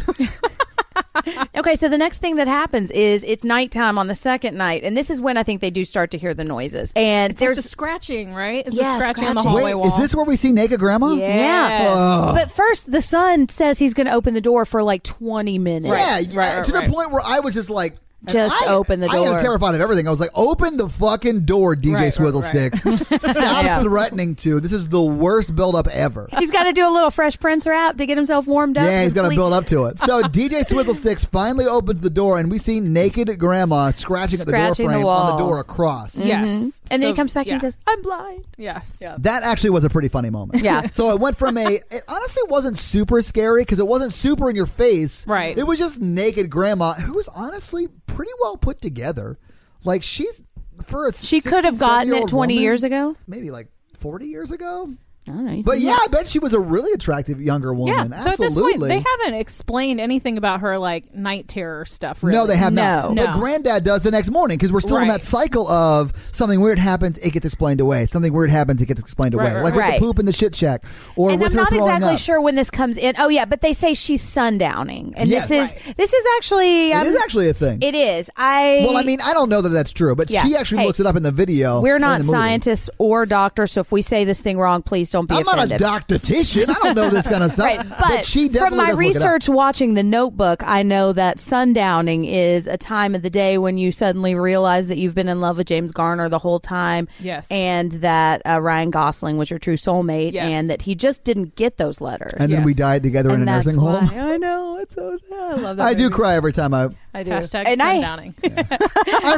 Okay, so the next thing that happens is it's nighttime on the second night, and this is when I think they do start to hear the noises. And
there's
there's
the scratching, right? It's
Yeah,
the scratching on the
scratching.
Wait,
hallway wall.
is this where we see naked grandma?
Yeah.
Yes.
Ugh.
But first, the son says he's going to open the door for like 20 minutes.
yeah,
right,
yeah,
right,
to the
right.
point where I was just like, And
Just
I-
open the
I
door.
am terrified of everything. I was like, open the fucking door, DJ
Right, right,
Swizzlesticks. Stop
Yeah.
threatening to. This is the worst buildup ever.
He's got to do a little Fresh Prince rap to get himself warmed up.
Yeah, he's
and
gonna
sleep.
build up to it. So DJ Swizzlesticks finally opens the door, and we see naked grandma scratching, at the
Scratching
door
the
frame on the
wall.
door across.
Yes.
Mm-hmm. And then
So-
he comes back
yeah.
and he says, "I'm blind."
Yes. Yeah.
That actually was a pretty funny moment.
Yeah.
So it went from a, it honestly wasn't super scary because it wasn't super in your face.
Right.
It was just naked grandma who was honestly pretty well put together. Like she's, for a
She could have gotten it
67-year-old
20
woman,
years ago.
Maybe like 40 years ago.
I don't know. He's-
But yeah, I bet she was a really attractive younger woman.
So at this
Absolutely.
point, they haven't explained anything about her like night terror stuff. Really.
No, they have not.
No.
But
No.
granddad does the next morning because we're still in
Right.
that cycle of something weird happens, it gets explained away. Something weird happens, it gets explained
Right,
away.
right,
like
right.
with the poop and the shit shack, or
and
with
I'm
her
not
throwing
exactly
up.
sure when this comes in. Oh yeah, but they say she's sundowning, and
Yes.
this is
Right.
this is actually
It
um,
is actually a thing.
it is. I
well, I mean, I don't know that that's true, but
Yeah.
she actually
Hey,
looks it up in the video. or
we're
in
not
the movie.
scientists or doctors, so if we say this thing wrong, please don't be
I'm not a
offended.
doctician. I don't know this kind of stuff.
Right,
but,
but,
she definitely
from my
does look it up.
research watching The Notebook, I know that sundowning is a time of the day when you suddenly realize that you've been in love with James Garner the whole time.
Yes.
and that uh, Ryan Gosling was your true soulmate,
Yes.
and that he just didn't get those letters.
And then
Yes.
we died together in a
And that's
nursing
why-
home.
I know it's so sad. I love that.
I do
movie.
cry every time I.
I do.
Hashtag
and I,
sundowning.
I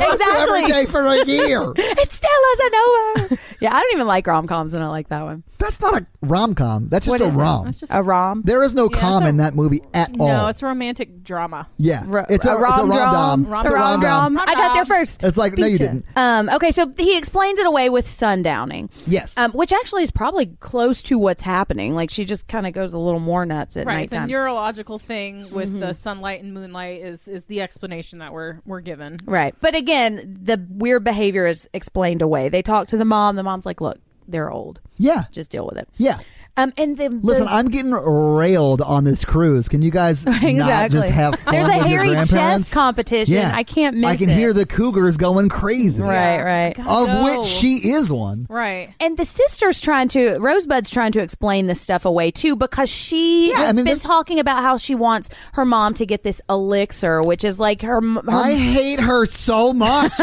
looked at every
Exactly.
day for a year.
it still isn't over. yeah, I don't even like rom coms, and I like that one.
That's not a rom com. That's just
What
a
is it?
rom.
That's just
A rom.
There is no
Yeah,
com
it's a-
in that movie at all.
no. It's romantic drama.
yeah,
Ro-
it's a,
a
rom
rom drom.
dom.
Rom-
The
It's a
rom
rom-dom.
drom. I got there
Rom-dom.
first.
It's like no, you
Beat ya.
didn't.
Um, okay, so he explains it away with sundowning,
Yes,
um, which actually is probably close to what's happening. Like she just kind of goes a little more nuts at
Right. It's a
nighttime. Mm-hmm.
neurological thing with the sunlight and moonlight is is the explanation that we're we're given.
Right. But again, the weird behavior is explained away. They talk to the mom. The mom's like, look, they're old.
yeah,
Just deal with it.
yeah.
Um, and the,
Listen,
the,
I'm getting railed on this cruise. Can you guys not just have fun
There's
with
a
your
hairy
grandparents?
chest competition.
Yeah,
I can't miss
I can
it.
hear the cougars going crazy.
Right, right.
God,
Of
no.
which she is one.
Right.
and the sister's trying to Rosebud's trying to explain this stuff away too because she
Yeah,
has
I mean,
been
this-
talking about how she wants her mom to get this elixir, which is like her. m- her
I hate her so much.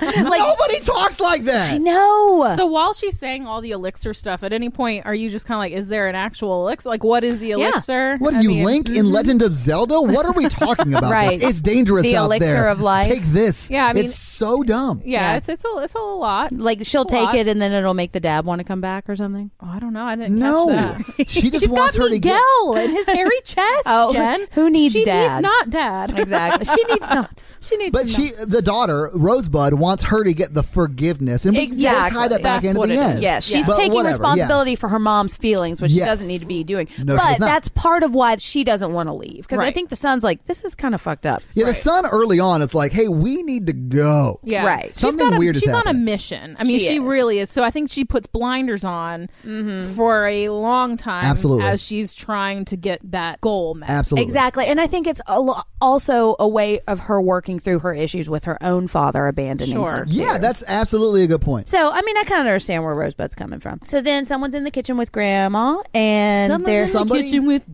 Nobody talks like that. Uh.
no,
So while she's saying all the elixir stuff, at any point are you just kind of like, is there an actual elixir? Like, what is the
Yeah.
elixir?
What
I
are you
mean-
Link in Legend of Zelda? What are we talking about?
mm-hmm. Right.
This? It's dangerous
The
out
elixir
there.
of life.
Take this.
Yeah, I mean-
it's so dumb.
Yeah,
Yeah.
it's it's a it's a lot.
like she'll
That's a
take
lot.
it and then it'll make the dad want to come back or something.
Oh, I don't know. I didn't.
No,
catch that.
she just
She's
wants
got
her to get.
Miguel and his hairy chest.
Oh,
Jen,
who needs
she
dad?
Needs not dad.
Exactly. she needs not.
She needs.
But
him
she, the daughter, Rosebud, wants her to get the forgiveness, and we we
Exactly.
tie that back
That's
into
what
the
it is.
end.
Yeah, she's
But
taking
whatever,
responsibility for her mom's feelings, which
Yes.
she doesn't need to be doing.
No, she does
but
not.
that's part of why she doesn't want to leave because I
Right.
think the son's like, this is kind of fucked up.
Yeah, yeah the son early on is like, "Hey, we need to go."
now. yeah.
right.
She's
Something
got a,
weird is
She's on a
happening.
mission. I mean,
She
she,
is. Mm-hmm.
really is. So I think she puts blinders on for a long time.
Absolutely.
As she's trying to get that goal met.
Absolutely,
Exactly. And I think it's a lo- also a way of her working through her issues with her own father abandoning
Sure.
her.
Yeah, that's absolutely a good point.
So, I mean, I kind of understand where Rosebud's coming from. So then someone's in the kitchen with Grandma and they're
in the Somebody- kitchen
with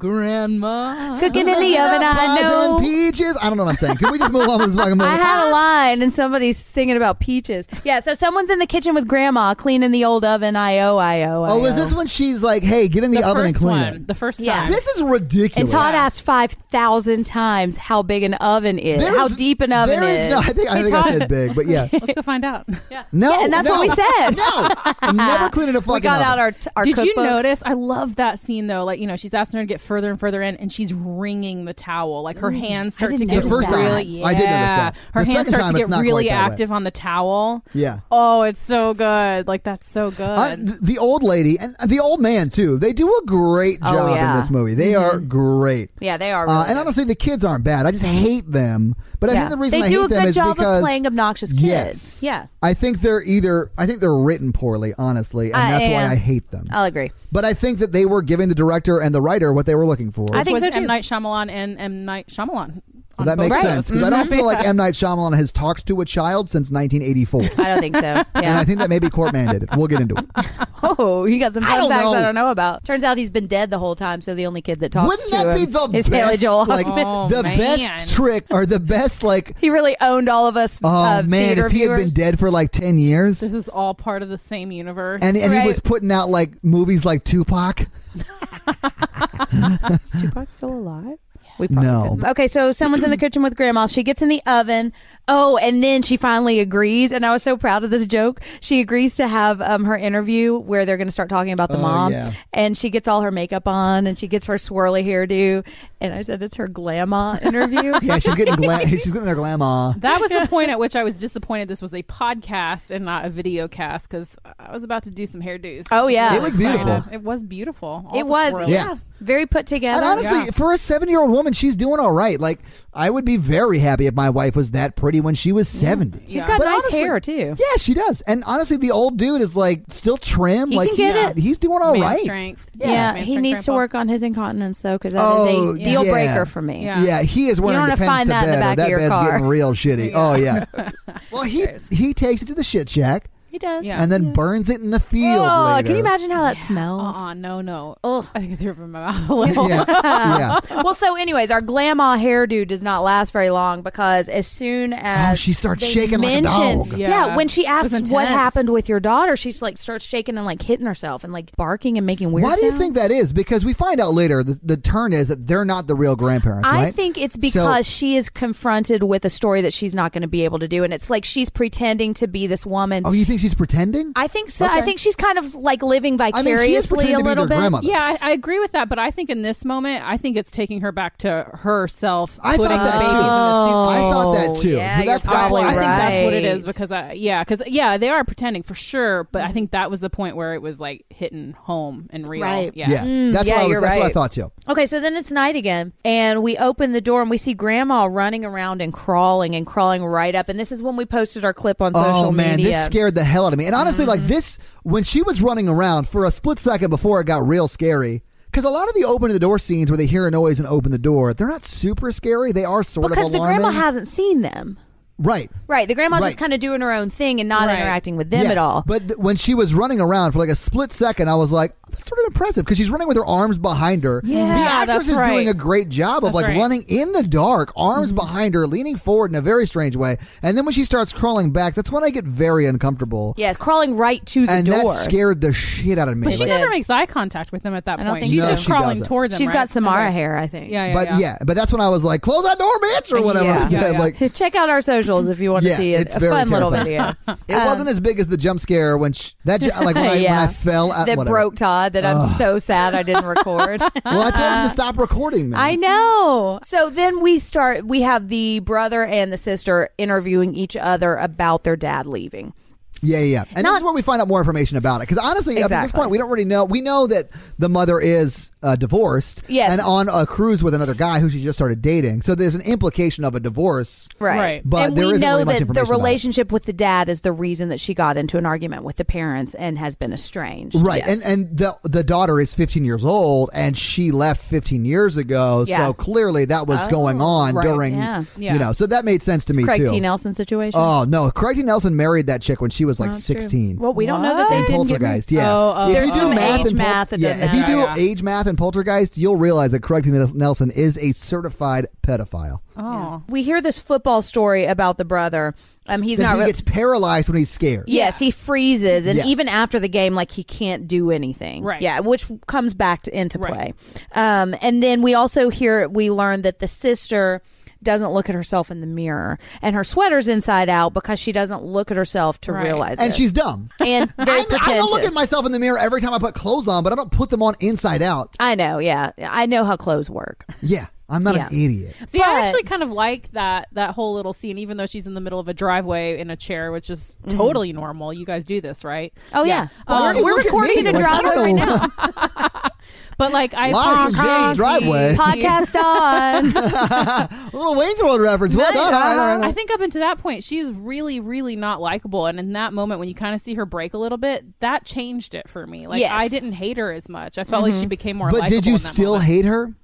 grandma.
cooking in the
Banana
oven. I
pies and
know.
peaches. I don't know what I'm saying. Can we just move on with this fucking movie?
I had a line and somebody's singing about peaches. Yeah, so someone's in the kitchen with Grandma cleaning the old oven. I O, I O, I O.
oh, is this when she's like, "Hey, get in the,
The
oven and
first
clean
one.
it"?
The first
Yeah.
time.
This is ridiculous.
And Todd asked 5,000 times how big an oven is,
There
how
is-
deep an oven
there
is.
no. I think I,
Hey,
think I
Todd.
said big, but yeah,
Let's go find out.
no,
and that's
no,
what we said.
No, I'm never cleaning a fucking.
we got
oven.
out our, our
Did you
cookbooks.
notice? I love that scene though. Like you know, she's asking her to get further and further in, and she's wringing the towel. Like her hands start to
didn't
get
notice that.
really.
The first time.
Yeah.
I did notice that.
Her
The second
hands start
time,
to
it's
get
not
really
quite that way.
active on the towel.
Yeah.
Oh, it's so good. Like that's so good.
Uh, th- the old lady and uh, the old man too. They do a great
Oh,
job in
yeah.
this movie. They are great.
Yeah, they are.
Uh,
really
and
good.
honestly, the kids aren't bad. I just hate them. But I
Yeah.
think the reason
they
I
do
hate
a
them
good
is
job
because
of playing obnoxious kids.
Yes.
Yeah,
I think they're either I think they're written poorly, honestly, and
I
that's why
am. Uh,
I hate them.
I'll agree.
but I think that they were giving the director and the writer what they were looking for.
I think
was
so too.
M Night Shyamalan and M Night Shyamalan.
Well, that
both
makes
of
sense
those.
because
Mm-hmm.
I don't feel like M Night Shyamalan has talked to a child since 1984,
I don't think so. Yeah.
and I think that may be court mandated. We'll get into it.
oh, you got some
I
fun
don't
facts
know.
I don't know about. Turns out he's been dead the whole time, so the only kid that talks
Wouldn't
to
that be
him
the
is
best?
Haley Joel
like,
Osment.
Oh,
the
man.
best trick or the best like.
He really owned all of us.
Oh
uh,
man,
theater
if he had been
viewers.
dead for like 10 years,
This is all part of the same universe.
and and he
Right.
was putting out like movies like Tupac.
Is Tupac still alive? We
No.
couldn't. Okay, so someone's in the kitchen with grandma. She gets in the oven. Oh, and then she finally agrees. And I was so proud of this joke. She agrees to have um, her interview where they're going to start talking about the
Oh,
mom.
yeah.
And she gets all her makeup on and she gets her swirly hairdo. And I said, it's her grandma interview.
Yeah, she's getting gla- she's getting her glamour.
that was the point at which I was disappointed this was a podcast and not a video cast because I was about to do some hairdos.
Oh, yeah.
It was
excited.
beautiful.
It was beautiful. All the
It was,
swirls.
yeah.
Yeah.
Very put together.
And honestly,
yeah.
for a seven-year-old woman, she's doing all right. Like, I would be very happy if my wife was that pretty when she was seventy.
She's
Yeah.
got
But
nice
honestly-
hair, too.
Yeah, she does. And honestly, the old dude is like still trim.
He
like
can
he's
get it.
he's doing all
Man
right.
strength.
Yeah.
Yeah,
man
he
strength,
needs to
grandpa.
work on his incontinence though, because that is
Oh,
a deal
yeah.
breaker for me.
Yeah.
Yeah. he is one
You
of
don't
the
wanna
depends
find
to
that
bed. or
in the back of
that
your
bed's
car.
getting real shitty. Oh yeah. well, he
cares?
he takes it to the shit shack
He does.
Yeah.
and then burns it in the field.
Oh,
later.
can you imagine how that smells?
Uh-uh, no, no. Ugh. I think I threw up in my mouth a little.
Yeah, yeah.
well, so anyways, our grandma hairdo does not last very long because as soon as
Oh, she starts
they
shaking like a
mention-
dog.
Yeah.
Yeah.
when she
It was
asks what
intense.
happened with your daughter, she's like starts shaking and like hitting herself and like barking and making weird.
Why do you
sounds.
think that is? Because we find out later the, the turn is that they're not the real grandparents,
I
right?
think it's
So-
because she is confronted with a story that she's not going to be able to do, and it's like she's pretending to be this woman.
Oh, you think she's pretending?
I think so. I
Okay.
think she's kind of like living
I mean, she is
vicariously
pretending
a
to be
little
their
bit.
grandmother.
Yeah, I, I agree with that, but I think in this moment, I think it's taking her back to herself.
I
putting
thought
the
that
babies
too.
in a
I thought that
Oh,
too.
yeah,
So that's
you're
suitcase.
probably
I think that's what it
right. Mm-hmm.
is because I yeah because yeah they are pretending for sure, but I think that was the point where it was like hitting home and real.
Right.
Yeah.
Yeah, that's
Mm, yeah,
what I was,
you're
that's what I
right.
thought too.
Okay, so then it's night again, and we open the door and we see Grandma running around and crawling and crawling right up. And this is when we posted our clip on social
oh man,
media. Mm-hmm.
this scared the hell out of me. And honestly, like this, when she was running around for a split second before it got real scary. Because a lot of the open the door scenes where they hear a noise and open the door, they're not super scary. They are sort
because
of
the
alarming.
grandma hasn't seen them.
right.
Right, the grandma's just
Right.
kind of doing her own thing and not
Right.
interacting with them
Yeah.
at all.
But th- when she was running around for like a split second, I was like, that's sort of impressive because she's running with her arms behind her.
Yeah,
the actress
that's
is doing
right.
a great job of
That's
like
right.
running in the dark, arms
Mm-hmm.
behind her, leaning forward in a very strange way. And then when she starts crawling back, that's when I get very uncomfortable.
yeah, crawling right to the
and
door.
that scared the shit out of me.
But she
Like,
did.
never makes eye contact with them at that
I
point.
don't think
She's
so.
just
No, she
crawling
doesn't.
toward them.
She's
right?
got Samara
Okay.
hair, I think.
Yeah, yeah,
but yeah. but that's when I was like, close that door, bitch, or whatever.
Yeah.
I said.
Yeah,
Like,
Check out our socials if you want to
Yeah,
see it.
it's
a
very
fun little video.
terrifying. Uh, it wasn't as big as the jump scare when she, that ju- like when I,
Uh, Yeah.
when I fell at
that
whatever.
broke Todd that I'm so sad I didn't record.
Well, I told him to stop recording me.
Uh-huh. I know. So then we start, we have the brother and the sister interviewing each other about their dad leaving.
Yeah, yeah, yeah. And
Not-
this is where we find out more information about it. Because honestly, up at this
Exactly.
point, we don't really know. We know that the mother is uh, divorced
Yes.
and on a cruise with another guy who she just started dating. So there's an implication of a divorce.
Right.
Right.
But
and
there
we
isn't
know
really much
that the
information about it.
relationship with the dad is the reason that she got into an argument with the parents and has been estranged.
Right.
Yes.
And and the the daughter is 15 years old and she left 15 years ago.
Yeah.
So clearly that was
Oh,
going on
right.
during,
Yeah.
you
Yeah.
know, so that made sense to me
Craig
too.
T. Nelson situation.
Oh, no. Craig T. Nelson married that chick when she was like
That's Oh, true.
16.
Well, we don't know that they
What?
and
didn't get married.
poltergeist, yeah.
Oh, oh,
There's some age
and
math that
yeah,
doesn't
if you do
matter. Yeah.
age math and poltergeist, you'll realize that Craig T. Nelson is a certified pedophile.
Oh.
We hear this football story about the brother. Um, he's
That
not
he
really.
gets paralyzed when he's scared.
Yes, he freezes, and
Yes.
even after the game, like he can't do anything.
Right.
Yeah, which comes back to, into
Right.
play. Um, and then we also hear we learn that the sister doesn't look at herself in the mirror, and her sweater's inside out because she doesn't look at herself to
Right.
realize.
And
this.
she's dumb.
and very
I, I
pretentious.
don't look at myself in the mirror every time I put clothes on, but I don't put them on inside out.
I know. Yeah, I know how clothes work.
Yeah, I'm not an
Yeah.
idiot.
See, I
But-
actually kind of like that that whole little scene, even though she's in the middle of a driveway in a chair, which is totally normal. You guys do this, right?
Mm-hmm. Oh yeah,
Um,
Why do you
we're
look at
recording
me?
in a
Like, I
driveway
don't
right
know.
now.
but like I
Live from Jane's driveway.
Podcast on.
A little Wayne's World reference. Well done. All right, all right, all
Um, I
right.
think up until that point, she's really, really not likable. And in that moment, when you kind of see her break a little bit, that changed it for me. Like
Yes. Mm-hmm.
I didn't hate her as much. I felt like she became more.
But did
likable
you
in that
still
moment.
hate her?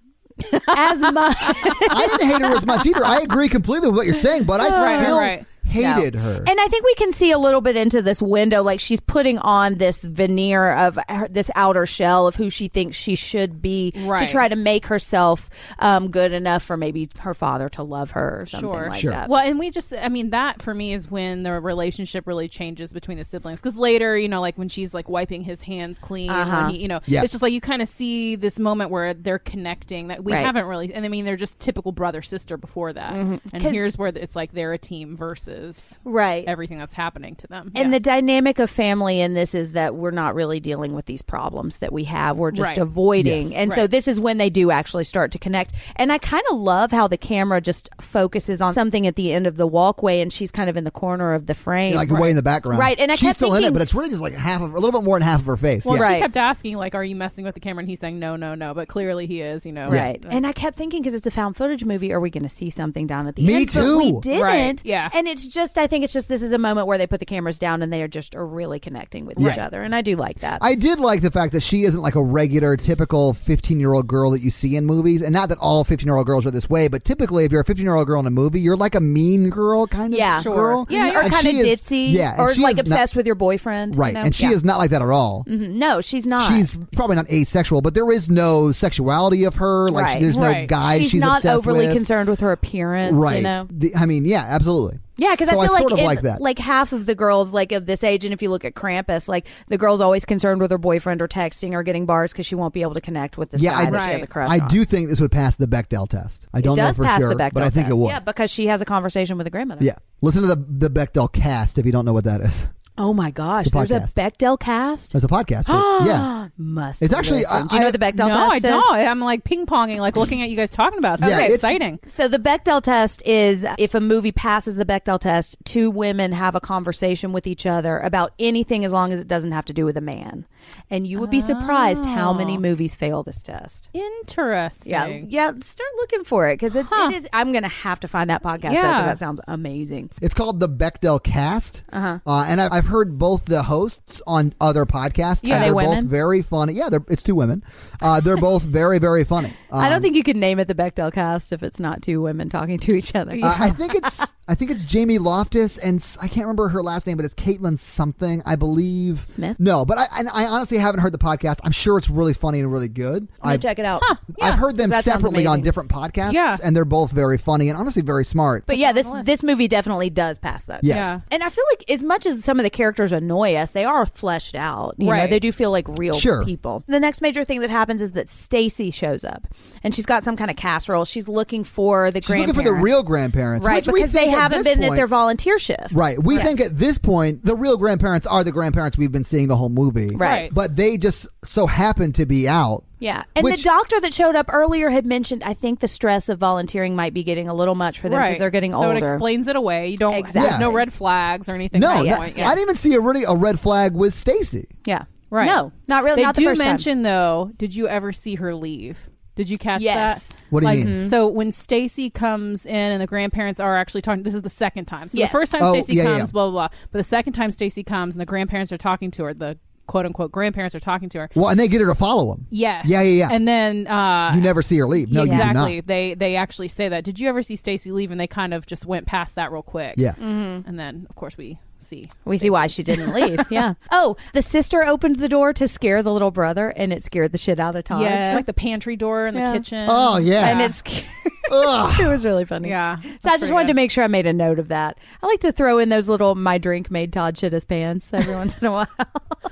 as much.
I didn't hate her as much either. I agree completely with what you're saying, but I
Right, right,
still
right.
hated
No.
her.
And I think we can see a little bit into this window. Like she's putting on this veneer of her, this outer shell of who she thinks she should be to
Right.
try to make herself um, good enough for maybe her father to love her or something
Sure.
like
Sure.
that.
Well, and we just, I mean, that for me is when the relationship really changes between the siblings. Because later, you know, like when she's like wiping his hands clean, when
Uh-huh.
he, you know,
Yeah.
it's just like you kind of see this moment where they're connecting that we
Right. Mm-hmm.
haven't really, and I mean, they're just typical brother sister before that. And
'Cause-
here's where it's like they're a team versus
right.
everything that's happening to them.
And
Yeah.
the dynamic of family in this is that we're not really dealing with these problems that we have. We're just
Right.
avoiding.
Yes.
And so
Right.
this is when they do actually start to connect. And I kind of love how the camera just focuses on something at the end of the walkway and she's kind of in the corner of the frame.
You know, like way in the background,
Right, and I
she's
kept
still in it,
thinking-
but it's really just like half of a little bit more than half of her face.
well,
yeah.
right.
she kept asking, like, are you messing with the camera? And he's saying, no, no, no. But clearly he is, you know.
Right. And I kept thinking because it's a found footage movie, are we going to see something down at the
Me
end? But we
too.
didn't.
Right, yeah.
And it's just, I think it's just this is a moment where they put the cameras down and they are just are really connecting with each
Right.
other. And I do like that.
I did like the fact that she isn't like a regular, typical 15 year old girl that you see in movies. And not that all 15 year old girls are this way, but typically, if you're a 15 year old girl in a movie, you're like a mean girl kind of
Yeah.
Sure.
girl.
yeah, or
And
kind of
she is-
ditzy,
Yeah. and
or
she
like
is not-
obsessed with your boyfriend, you
right.
know?
And she
Yeah. Mm-hmm.
is not like that at all.
No, she's not.
She's probably not asexual, but there is no sexuality of her. Like, she-
Right.
there's no
Right.
guy
she's,
she's,
not
obsessed
overly
with.
concerned with her appearance,
Right.
you know.
The- I mean, yeah, absolutely.
Yeah, because
So
I
I
feel like
sort of
in-
like that.
like half of the girls like of this age, and if you look at Krampus, like the girl's always concerned with her boyfriend or texting or getting bars because she won't be able to connect with this
Yeah,
guy
I-
that she
Right.
has a crush
I
on.
do think this would pass the Bechdel test. I don't
it does
know for
pass
sure,
the Bechdel
but I think
test.
it would.
Yeah, because she has a conversation with a grandmother.
Yeah. Listen to the the Bechdel cast if you don't know what that is.
Oh my gosh,
It's a
there's a
podcast.
Bechdel cast.
It's a podcast. right? yeah.
Must.
It's actually-
listen.
I-
do you
I-
know what the Bechdel
no,
test
I
is?
don't. I'm like ping ponging, like looking at you guys talking about it.
Yeah,
That's
it's-
exciting.
So the Bechdel test is if a movie passes the Bechdel test, two women have a conversation with each other about anything as long as it doesn't have to do with a man. And you would be surprised how many movies fail this test.
Interesting.
Yeah, yeah. Start looking for it because it's
Huh.
it is. I'm gonna have to find that podcast
Yeah.
because that sounds amazing.
It's called the Bechdel Cast, uh-huh. and I, I've heard both the hosts on other podcasts.
Yeah. Are
and
they
they're both
women?
very funny. Yeah, they're, it's two women. Uh, they're both very, very funny.
I don't
Um,
think you could name it the Bechdel cast if it's not two women talking to each other.
uh, I think it's I think it's Jamie Loftus and s- I can't remember her last name, but it's Caitlin something, I believe.
Smith?
No, but I and I honestly haven't heard the podcast. I'm sure it's really funny and really good.
i
I,
check it out.
I've heard them
That sounds
separately on
amazing.
different podcasts,
Yeah.
and they're both very funny and honestly very smart.
But yeah,
them on
this
the list.
this movie definitely does pass that.
Yes.
Yeah.
And I feel like as much as some of the characters annoy us, they are fleshed out. You know,
Right.
they do feel like real
Sure.
people. The next major thing that happens is that Stacy shows up and she's got some kind of casserole. She's looking for the
She's looking
grandparents.
for the real grandparents,
Right,
which we
because they
think at
haven't
this
been at
point-
their volunteer shift.
Right. We think at this point the real grandparents are the grandparents we've been seeing the whole movie.
Right.
But they just so happen to be out.
Yeah. And the
Which-
doctor that showed up earlier had mentioned I think the stress of volunteering might be getting a little much for them because
Right.
they're getting
so
older.
it explains it away. You don't
Exactly.
there's no red flags or anything.
No,
at that
not-
point.
I didn't even see a really a red flag with Stacy.
yeah.
Right.
No, not really
They
not the
do
first time.
mention though. Did you ever see her leave? Did you catch
Yes. Mm-hmm.
that?
What do you
Like,
mean?
So when Stacy comes in and the grandparents are actually talking, this is the second time. So
Yes.
the first time
Oh,
Stacy
yeah, yeah.
comes, blah blah blah. But the second time Stacy comes and the grandparents are talking to her, the quote unquote grandparents are talking to her.
Well, and they get her to follow him.
Yes.
Yeah, yeah, yeah.
And then uh,
you never see her leave. No,
exactly.
you do not.
They they actually say that. Did you ever see Stacy leave? And they kind of just went past that real quick.
Yeah.
Mm-hmm.
And then of course we see.
We see why she didn't leave. Yeah. Oh, the sister opened the door to scare the little brother, and it scared the shit out of Todd.
It's like the pantry door in
Yeah.
the kitchen.
Oh, yeah.
and it's scared.
Ugh.
it was really funny.
Yeah.
So I just wanted to make sure I made a note of that. I like to throw in those little "my drink made Todd shit his pants" every once in a while.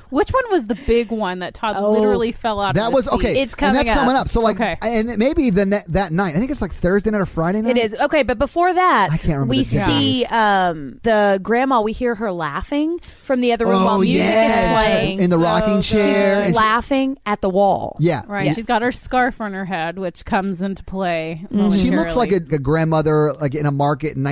Which one was the big one that Todd
Oh,
literally fell out
That
of?
was
the seat?
okay.
It's
and
coming
that's
up.
coming up. So like,
Okay.
and maybe the ne- that night. I think it's like Thursday night or Friday night.
it is okay, but before that,
I can't remember
we
the date.
see um, the grandma. We hear her laughing from the other room while
Oh
music
yeah,
is playing.
in the
So
rocking
good.
chair. and
She's
she-
laughing at the wall.
yeah,
Right.
Yes.
She's got her scarf on her head, which comes into play.
Mm-hmm.
She looks like a,
momentarily.
a grandmother, like in a market in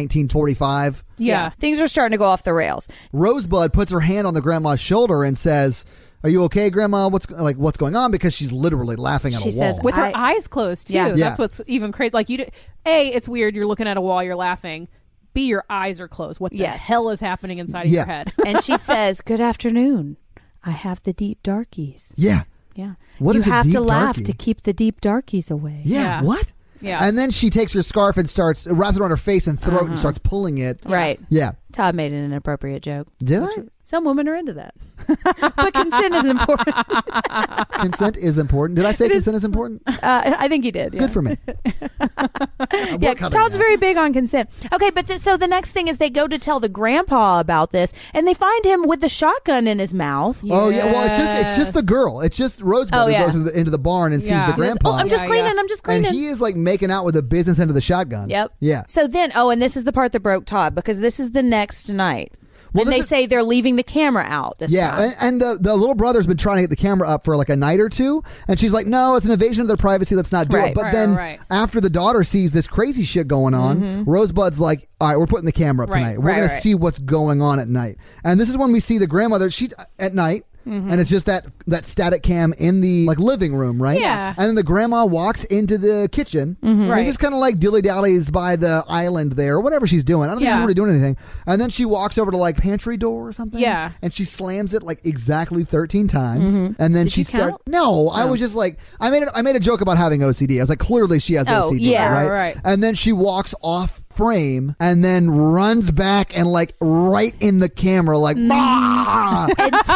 1945.
yeah.
Things are starting to go off the rails.
Rosebud puts her hand on the grandma's shoulder and says, "Are you okay, Grandma? What's like what's going on?" Because she's literally laughing at
She
a wall.
says,
with her
I-
eyes closed too.
Yeah.
Yeah.
That's what's even crazy. Like you, d- a it's weird. You're looking at a wall. You're laughing. B your eyes are closed. What the
Yes.
hell is happening inside of
Yeah.
your head?
and she says, "Good afternoon. I have the deep darkies."
"Yeah."
Yeah.
What
you
is a
have to
deep
laugh
darkie?
to keep the deep darkies away.
Yeah,
Yeah.
what?
Yeah.
And then she takes her scarf and starts wraps it around her face and throat
Uh-huh.
and starts pulling it.
Right.
Yeah.
Todd made an inappropriate joke.
Did
Which-
I?
Some women are into that. but consent is important. Uh,
consent is important. Did I say
It is-
consent is important?
Uh, I think he did. yeah.
Good for me.
yeah, Todd's very big on consent. Okay, but th- so the next thing is they go to tell the grandpa about this, and they find him with the shotgun in his mouth.
Oh yeah, well it's just it's just the girl. It's just Rosebud
Oh,
who
yeah.
goes into the, into the barn and
Yeah.
sees the
He goes,
grandpa.
Oh, I'm just
Yeah,
cleaning.
yeah.
I'm just
and
cleaning.
he is like making out with the business end of the shotgun.
Yep.
Yeah.
So then, oh, and this is the part that broke Todd because this is the next night.
Well,
and
this
they
is-
say they're leaving the camera out this
Yeah,
time.
and, and the, the little brother's been trying to get the camera up for like a night or two, and she's like, "No, it's an invasion of their privacy. Let's not do
Right,
it." But
right,
then
right. Mm-hmm.
after the daughter sees this crazy shit going on, Rosebud's like, "All right, we're putting the camera up
Right,
tonight. We're
right,
gonna
right.
see what's going on at night." And this is when we see the grandmother. She at night.
Mm-hmm.
And it's just that that static cam in the like living room, right?
Yeah. Mm-hmm.
And then the grandma walks into the kitchen
Right.
and just kind of like dilly dallies by the island there, or whatever she's doing. I don't think she's
Yeah.
really doing anything. And then she walks over to like pantry door or something.
Yeah.
And she slams it like exactly 13 times. And then
Mm-hmm. Did
she
you
starts.
count?
No, I was just like, I made, a, I made a joke about having OCD. I was like, clearly she has
Oh,
OCD.
yeah,
right?
right.
And then she walks off frame and then runs back and like right in the camera, like, "Bah!" and
Mm. And Todd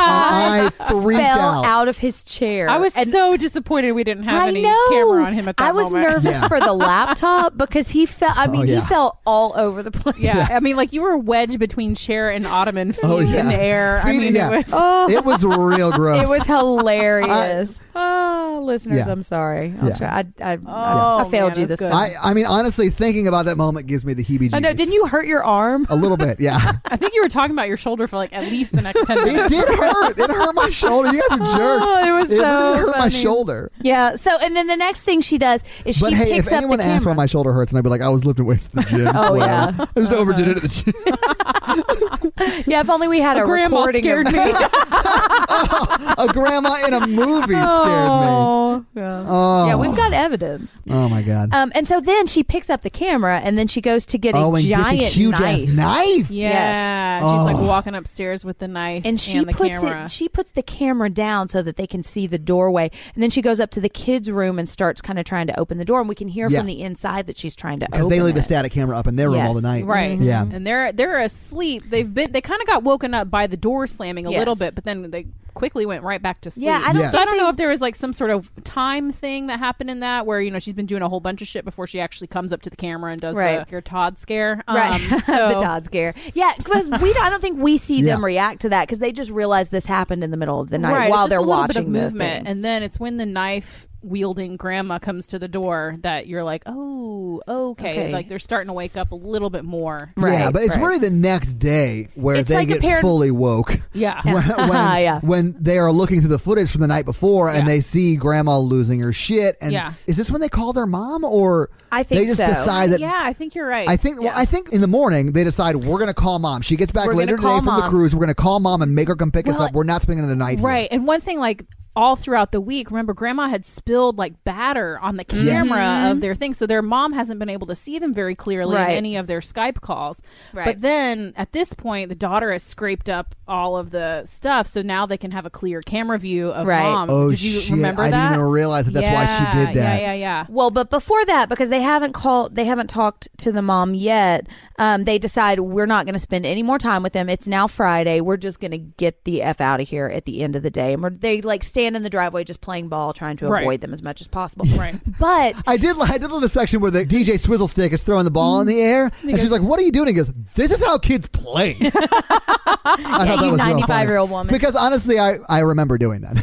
I freaked
fell
out.
out. of his chair.
I was
and
so disappointed we didn't have
I
any
know.
camera on him at that
I was
moment.
nervous
Yeah. Oh,
for the laptop because he fell. I mean,
yeah.
he fell all over the place.
Yeah, I mean, like you were wedged between chair and ottoman, feet
Oh, yeah.
in the air. I
Feet-
mean,
yeah.
it was.
It was real gross.
It was hilarious. oh, listeners,
Yeah.
I'm sorry. I'll
Yeah.
try. I, I,
Oh,
I failed
man,
you this
that's good.
time.
I, I mean, honestly, thinking about that moment gives me the heebie jeebies.
I know. Oh, Didn't you hurt your arm?
A little bit, yeah.
I think you were talking about your shoulder for like at least the next ten
It
minutes.
did hurt. It hurt my shoulder. You guys are jerks.
Oh, it was so
literally hurt my
funny.
shoulder.
Yeah. So, and then the next thing she does is she
But hey,
picks
if
up
anyone
the
asks why
camera.
my shoulder hurts, and I'd be like, I was lifting weights at the gym.
Oh,
Whatever.
yeah.
I just overdid it at the gym.
yeah. If only we had a,
Grandma
recording.
scared
of
me.
a grandma in a movie scared me.
Oh, yeah.
Oh,
Yeah, we've got evidence.
oh my god.
Um, and so then she picks up the camera, and then she goes to get a
oh, and get
giant
the huge ass
knife.
knife.
Yeah, she's
Oh.
like walking upstairs with the knife
and she
the
puts
camera.
it she puts the camera down so that they can see the doorway and then she goes up to the kids room and starts kind of trying to open the door and we can hear
Yeah.
from the inside that she's trying to
Because
open
they leave
it.
the static camera up in their room
Yes, Mm-hmm.
all the night.
Right.
Mm-hmm. Yeah.
And they're they're asleep. They've been they kind of got woken up by the door slamming a
Yes.
little bit, but then they quickly went right back to sleep.
Yeah, I don't
Yes.
so I don't know if there was like some sort of time thing that happened in that where you know she's been doing a whole bunch of shit before she actually comes up to the camera and does
Right.
the your Todd scare. Um,
Right,
so-
the Todd scare. Yeah, because we don't, I don't think we see
Yeah.
them react to that because they just realize this happened in the middle of the night
Right, it's
while
just
they're
a little bit
watching
of
the
movement,
thing.
and then it's when the knife wielding grandma comes to the door that you're like, oh, okay,
Okay.
like they're starting to wake up a little bit more.
Right,
yeah, but it's
right.
really the next day where
It's
they
like a
get
pair-
fully woke.
Yeah.
when, when,
Yeah.
when they are looking through the footage from the night before and
Yeah.
they see grandma losing her shit and
Yeah.
is this when they call their mom or
I think
they just
so.
decide that
yeah, I think you're right.
I think well,
Yeah.
I think in the morning they decide we're going to call mom. She gets back
We're
later
gonna
today
call
from the
mom.
cruise. We're going to call mom and make her come pick us
Well,
up. We're not spending another night here.
Right. And one thing, like, all throughout the week, remember, grandma had spilled like batter on the camera of their thing. So their mom hasn't been able to see them very clearly
Mm-hmm. Right.
in any of their Skype calls.
Right.
But then at this point, the daughter has scraped up all of the stuff. So now they can have a clear camera view of
Right.
mom.
Oh
Did you
shit!
remember
I
that?
didn't even realize that that's why she
Yeah,
did that.
Yeah, yeah, yeah.
Well, but before that, because they haven't called, they haven't talked to the mom yet. Um, they decide we're not going to spend any more time with them. It's now Friday. We're just going to get the f out of here at the end of the day. And we're, they like stand in the driveway just playing ball, trying to
Right.
avoid them as much as possible.
Right.
But
I did. I did love the section where the DJ Swizzle Stick is throwing the ball in the air, and she's like, "What are you doing?" He goes, "This is how kids play." I thought
you
that was real
95-year-old
funny.
woman.
Because honestly, I, I remember doing that.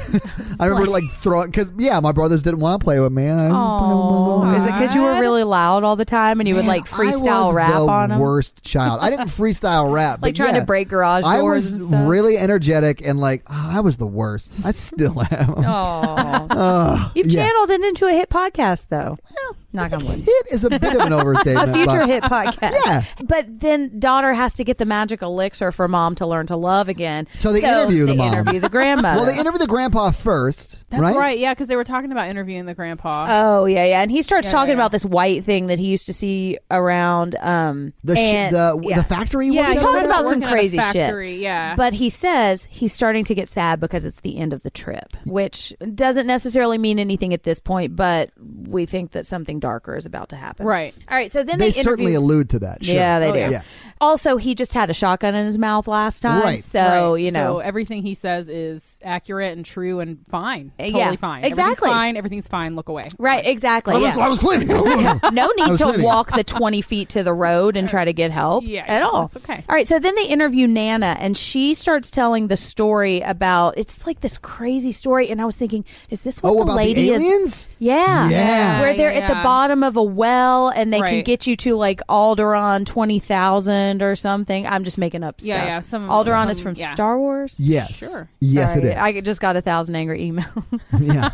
I remember like throwing because yeah, my brothers didn't want to play with me. and I was playing with them.
Aw. is it because you were really loud all the time and you would like
I
freestyle
was
rap
the
on them?
Worst child. I didn't freestyle rap,
Like
but
trying
yeah,
to break garage
I
doors
was
and stuff?
really energetic and like ah, I was the worst. I still am.
Oh,
Ugh.
you've
Yeah.
channeled it into a hit podcast though. Knock on wood.
Hit is a bit of an overstatement.
A future
but-
hit podcast.
Yeah.
But then daughter has to get the magic elixir for mom to learn to love again.
So they interview the
they
mom.
interview the grandmother.
Well, they interview the grandpa first,
That's
right?
right. Yeah, because they were talking about interviewing the grandpa.
Oh yeah, yeah, and he starts
Yeah,
talking
yeah, yeah.
about this white thing that he used to see around. Um,
The sh-
and-
the,
yeah.
the factory.
yeah,
one?
he
you
talks
guys
about
are
some
working at a
crazy shit.
factory, Yeah,
But he says he's starting to get sad because it's the end of the trip, which doesn't necessarily mean anything at this point, but we think that something darker is about to happen.
right.
All right. So then
they
they,
certainly
interview-
allude to that. Sure.
Yeah, they
Oh,
do.
yeah.
Yeah.
Also, he just had a shotgun in his mouth last time,
Right.
so
Right.
you
so
know.
everything he says is accurate and true and fine.
Eh, Yeah,
Totally fine.
exactly.
Everything's fine. Everything's fine. Look away.
Right, exactly.
I was,
yeah.
Oh, I was cleaning. yeah.
no need
was
to
kidding.
walk the 20 feet to the road and try to get help
Yeah,
at
yeah,
all.
that's okay.
All right, so then they interview Nana and she starts telling the story about it's like this crazy story and I was thinking is this what
Oh,
the
about
lady
the
is
aliens?
Yeah.
Yeah.
Where they're at the
Yeah.
bottom of a well and they can
Right.
get you to like Alderaan 20,000 or something. I'm just making up
Yeah,
stuff.
yeah, some-
Alderaan
some-
is from
yeah.
Star Wars.
Yes.
Sure.
Yes,
Sorry,
it is.
I just got a thousand angry emails.
yeah.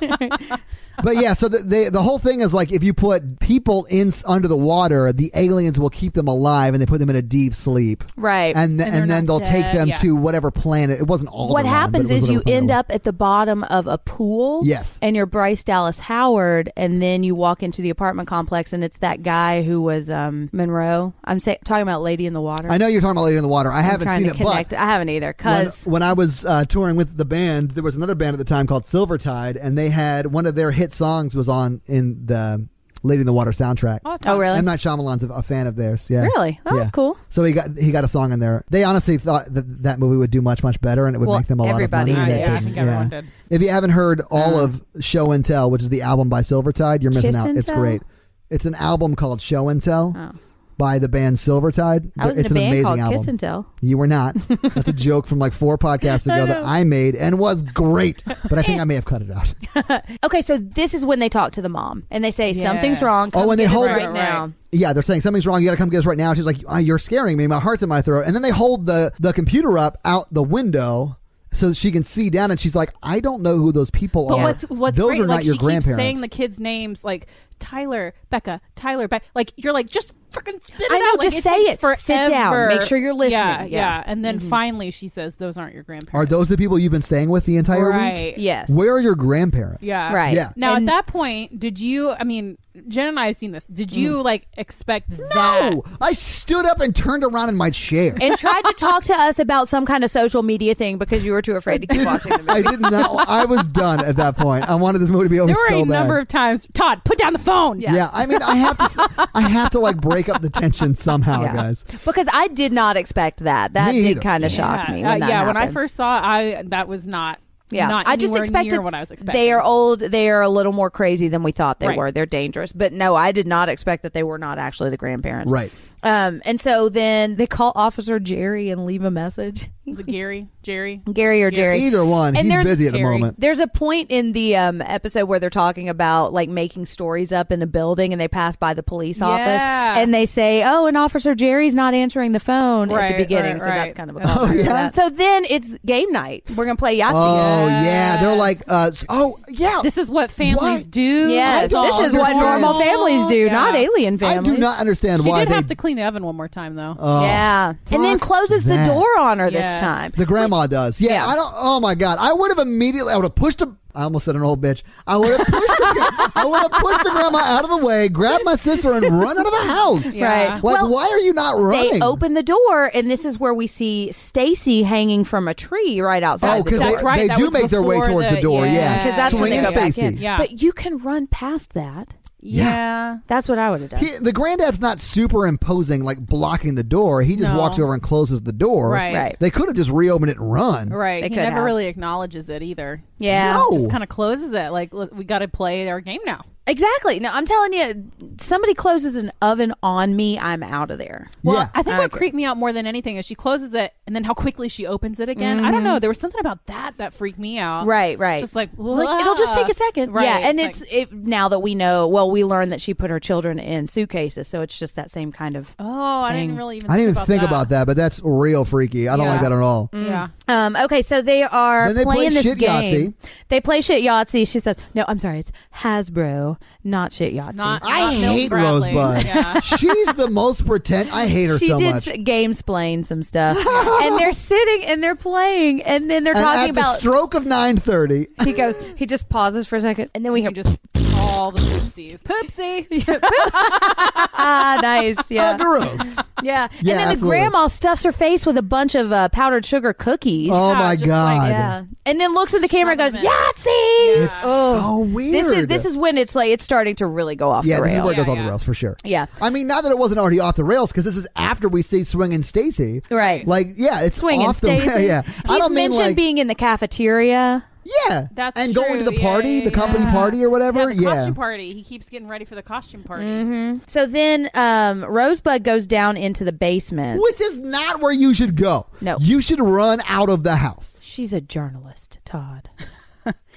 But yeah, so the, they, the whole thing is like if you put people in s- under the water, the aliens will keep them alive and they put them in a deep sleep.
right.
And, th-
And
and,
they're
then they'll
not
take
dead,
them
yeah.
to whatever planet. It wasn't all.
what happens is you end up at the bottom of a pool.
Yes.
And you're Bryce Dallas Howard, and then you walk into the apartment complex, and it's that guy who was um, Monroe. I'm say- talking about Lady in the Water.
I know you're talking about Lady in the Water. I
am
haven't
trying
seen
to
it,
connect.
but
I haven't either
when,
because
when I was uh, touring with the band, there was another band at the time called Silvertide, and they had one of their hit songs was on in the Lady in the Water soundtrack.
Oh, that's
oh
fine.
really,
M Night Shyamalan's a, a fan of theirs. Yeah,
really, that was
Yeah.
cool.
So he got he got a song in there. They honestly thought that that movie would do much much better, and it would
Well,
make them a lot of
everybody
money. and
did.
it
Yeah, I
didn't.
think everyone did.
If you haven't heard all of Show and Tell, which is the album by Silvertide, you're missing
Kiss
out.
and
It's
Tell?
great. It's an album called Show and Tell
Oh.
by the band Silvertide.
I was
it's
in a
an
band
amazing
called
album.
Kiss and Tell.
you were not. That's a joke from like four podcasts ago that I made and was great, but I think I may have cut it out.
Okay, so this is when they talk to the mom, and they say something's
Yes.
wrong.
Oh,
Come
and they
get us
hold-
right,
Right,
now.
right.
Yeah, they're saying something's wrong. You got to come get us right now. She's like, "Ah, "You're scaring me. My heart's in my throat." And then they hold the the computer up out the window so that she can see down, and she's like, "I don't know who those people
But
are.
what's what's
those
great?
are not
like
your
she keeps
grandparents."
saying the kids' names, like Tyler, Becca, Tyler, Becca. Like you're like just freaking spit it
I know,
out. Like,
just
it
say
takes
it. Sit down.
forever.
Make sure you're listening.
Yeah,
Yeah. Mm-hmm.
yeah. And then finally, she says, "Those aren't your grandparents."
are those the people you've been staying with the entire week?
right?
Yes,
Where are your grandparents?
Yeah.
right
Yeah.
Now
And-
at that point, did you? I mean, Jen and I have seen this. Did you
Mm.
like expect that?
No, I stood up and turned around in my chair.
and tried to talk to us about some kind of social media thing because you were too afraid to keep watching the movie.
I did not. I was done at that point. I wanted this movie to be over
There were
so
a
bad.
number of times. Todd, put down the phone.
yeah. I mean, I have to. I have to like break up the tension somehow,
Yeah.
guys.
Because I did not expect that. That
Me
did
either.
kind of
Yeah,
shock me.
uh,
When that
yeah, when I
happened.
first saw, it, I that was not.
yeah,
not
I just
anywhere
expected
near what I was expecting.
They are old. They are a little more crazy than we thought they
Right.
were. They're dangerous, but no, I did not expect that they were not actually the grandparents.
Right.
Um, and so then they call Officer Jerry and leave a message.
Is it Gary, Jerry?
Gary or Jerry.
Either one.
And
he's
there's
busy at the
Harry.
moment.
There's a point in the um, episode where they're talking about like making stories up in a building, and they pass by the police office,
Yeah.
and they say, "Oh, and Officer Jerry's not answering the phone at
Right,
the beginning."
right,
so
right.
that's kind of a
Oh,
callback to
yeah?
that. So then it's game night. We're gonna play Yahtzee.
Oh yeah, they're like, uh, s- oh yeah.
This is what families
Why-
do.
Yes,
I don't
this is what
understand.
normal families do,
Yeah.
not alien
I
families.
do not understand
She
why
did
they.
have to clean the oven one more time, though.
oh.
yeah, and then
Fuck
closes
that.
the door on her this
Yes.
time.
The grandma does. Yeah,
Yeah.
I don't. Oh my god, I would have immediately. I would have pushed him. I almost said an old bitch. I would have pushed. the, I would have pushed the grandma out of the way, grabbed my sister, and run out of the house.
Yeah.
Right.
Like, why are you not running?
They open the door, and this is where we see Stacy hanging from a tree right outside.
Oh,
the
because
door.
they,
That's right,
they
that
do
was
make their way
before
towards the,
the-
door. Yeah,
yeah.
because that's when they
Swinging
go back in.
Stacy.
Yeah.
But you can run past that.
yeah.
That's what I would have done.
He- the granddad's not superimposing, like blocking the door. He just
No.
walks over and closes the door.
Right.
Right.
They could have just reopened it and run.
Right.
They
he
could
never
have.
really acknowledges it either.
Yeah.
No.
Just kind of closes it. Like, look, we got to play our game now.
Exactly. No, I'm telling you, somebody closes an oven on me, I'm out of there.
Well,
yeah.
I think
I
what
agree.
creeped me out more than anything is she closes it and then how quickly she opens it again. I don't
Mm-hmm.
know. There was something about that that freaked me out.
Right, right.
Just like,
It's like, it'll just take a second.
Right.
Yeah, and
like,
it's it, now that we know, well, we learned that she put her children in suitcases, so it's just that same kind of
oh, I didn't
Dang.
really even.
I didn't even
about
think about that, but that's real freaky. I don't
Yeah. Mm.
like that at all.
Yeah. Yeah.
Um, okay, so they are
Then they play
playing this
shit
game.
Yahtzee.
They play shit Yahtzee. She says, "No, I'm sorry, it's Hasbro, not shit Yahtzee."
Not,
I
not Milton
hate
Bradley.
Rosebud.
Yeah.
She's the most pretend. I hate her
she
so
did
much.
s- gamesplain some stuff, and they're sitting and they're playing, and then they're
and
talking
at
about.
the stroke of nine thirty,
he goes. He just pauses for a second, and then we hear
You just all the poopsies. Poopsie.
ah, nice,
Oh,
yeah,
gross.
yeah. And
Yeah,
then the
absolutely.
grandma stuffs her face with a bunch of uh, powdered sugar cookies.
Oh
Yeah,
my
just like,
god,
yeah, and then looks at the camera and goes,
Shove 'em in.
Yahtzee. Oh.
it's so weird.
This is this is when it's like it's starting to really go off
yeah,
the
this is
rails.
where it goes
Yeah,
off the
yeah.
rails for sure.
yeah,
I mean, not that it wasn't already off the rails because this is after we see Swing and Stacy.
right.
Like, yeah, it's
swinging
off the
Stacey.
yeah.
He's
I don't mean
mentioned
like
being in the cafeteria.
yeah,
That's
and going
true.
to the
Yeah,
party,
yeah,
the company
yeah.
party or
yeah,
whatever.
the
Yeah,
costume party. He keeps getting ready for the costume party.
Mm-hmm. So then um, Rosebud goes down into the basement.
which is not where you should go.
No.
you should run out of the house.
She's a journalist, Todd.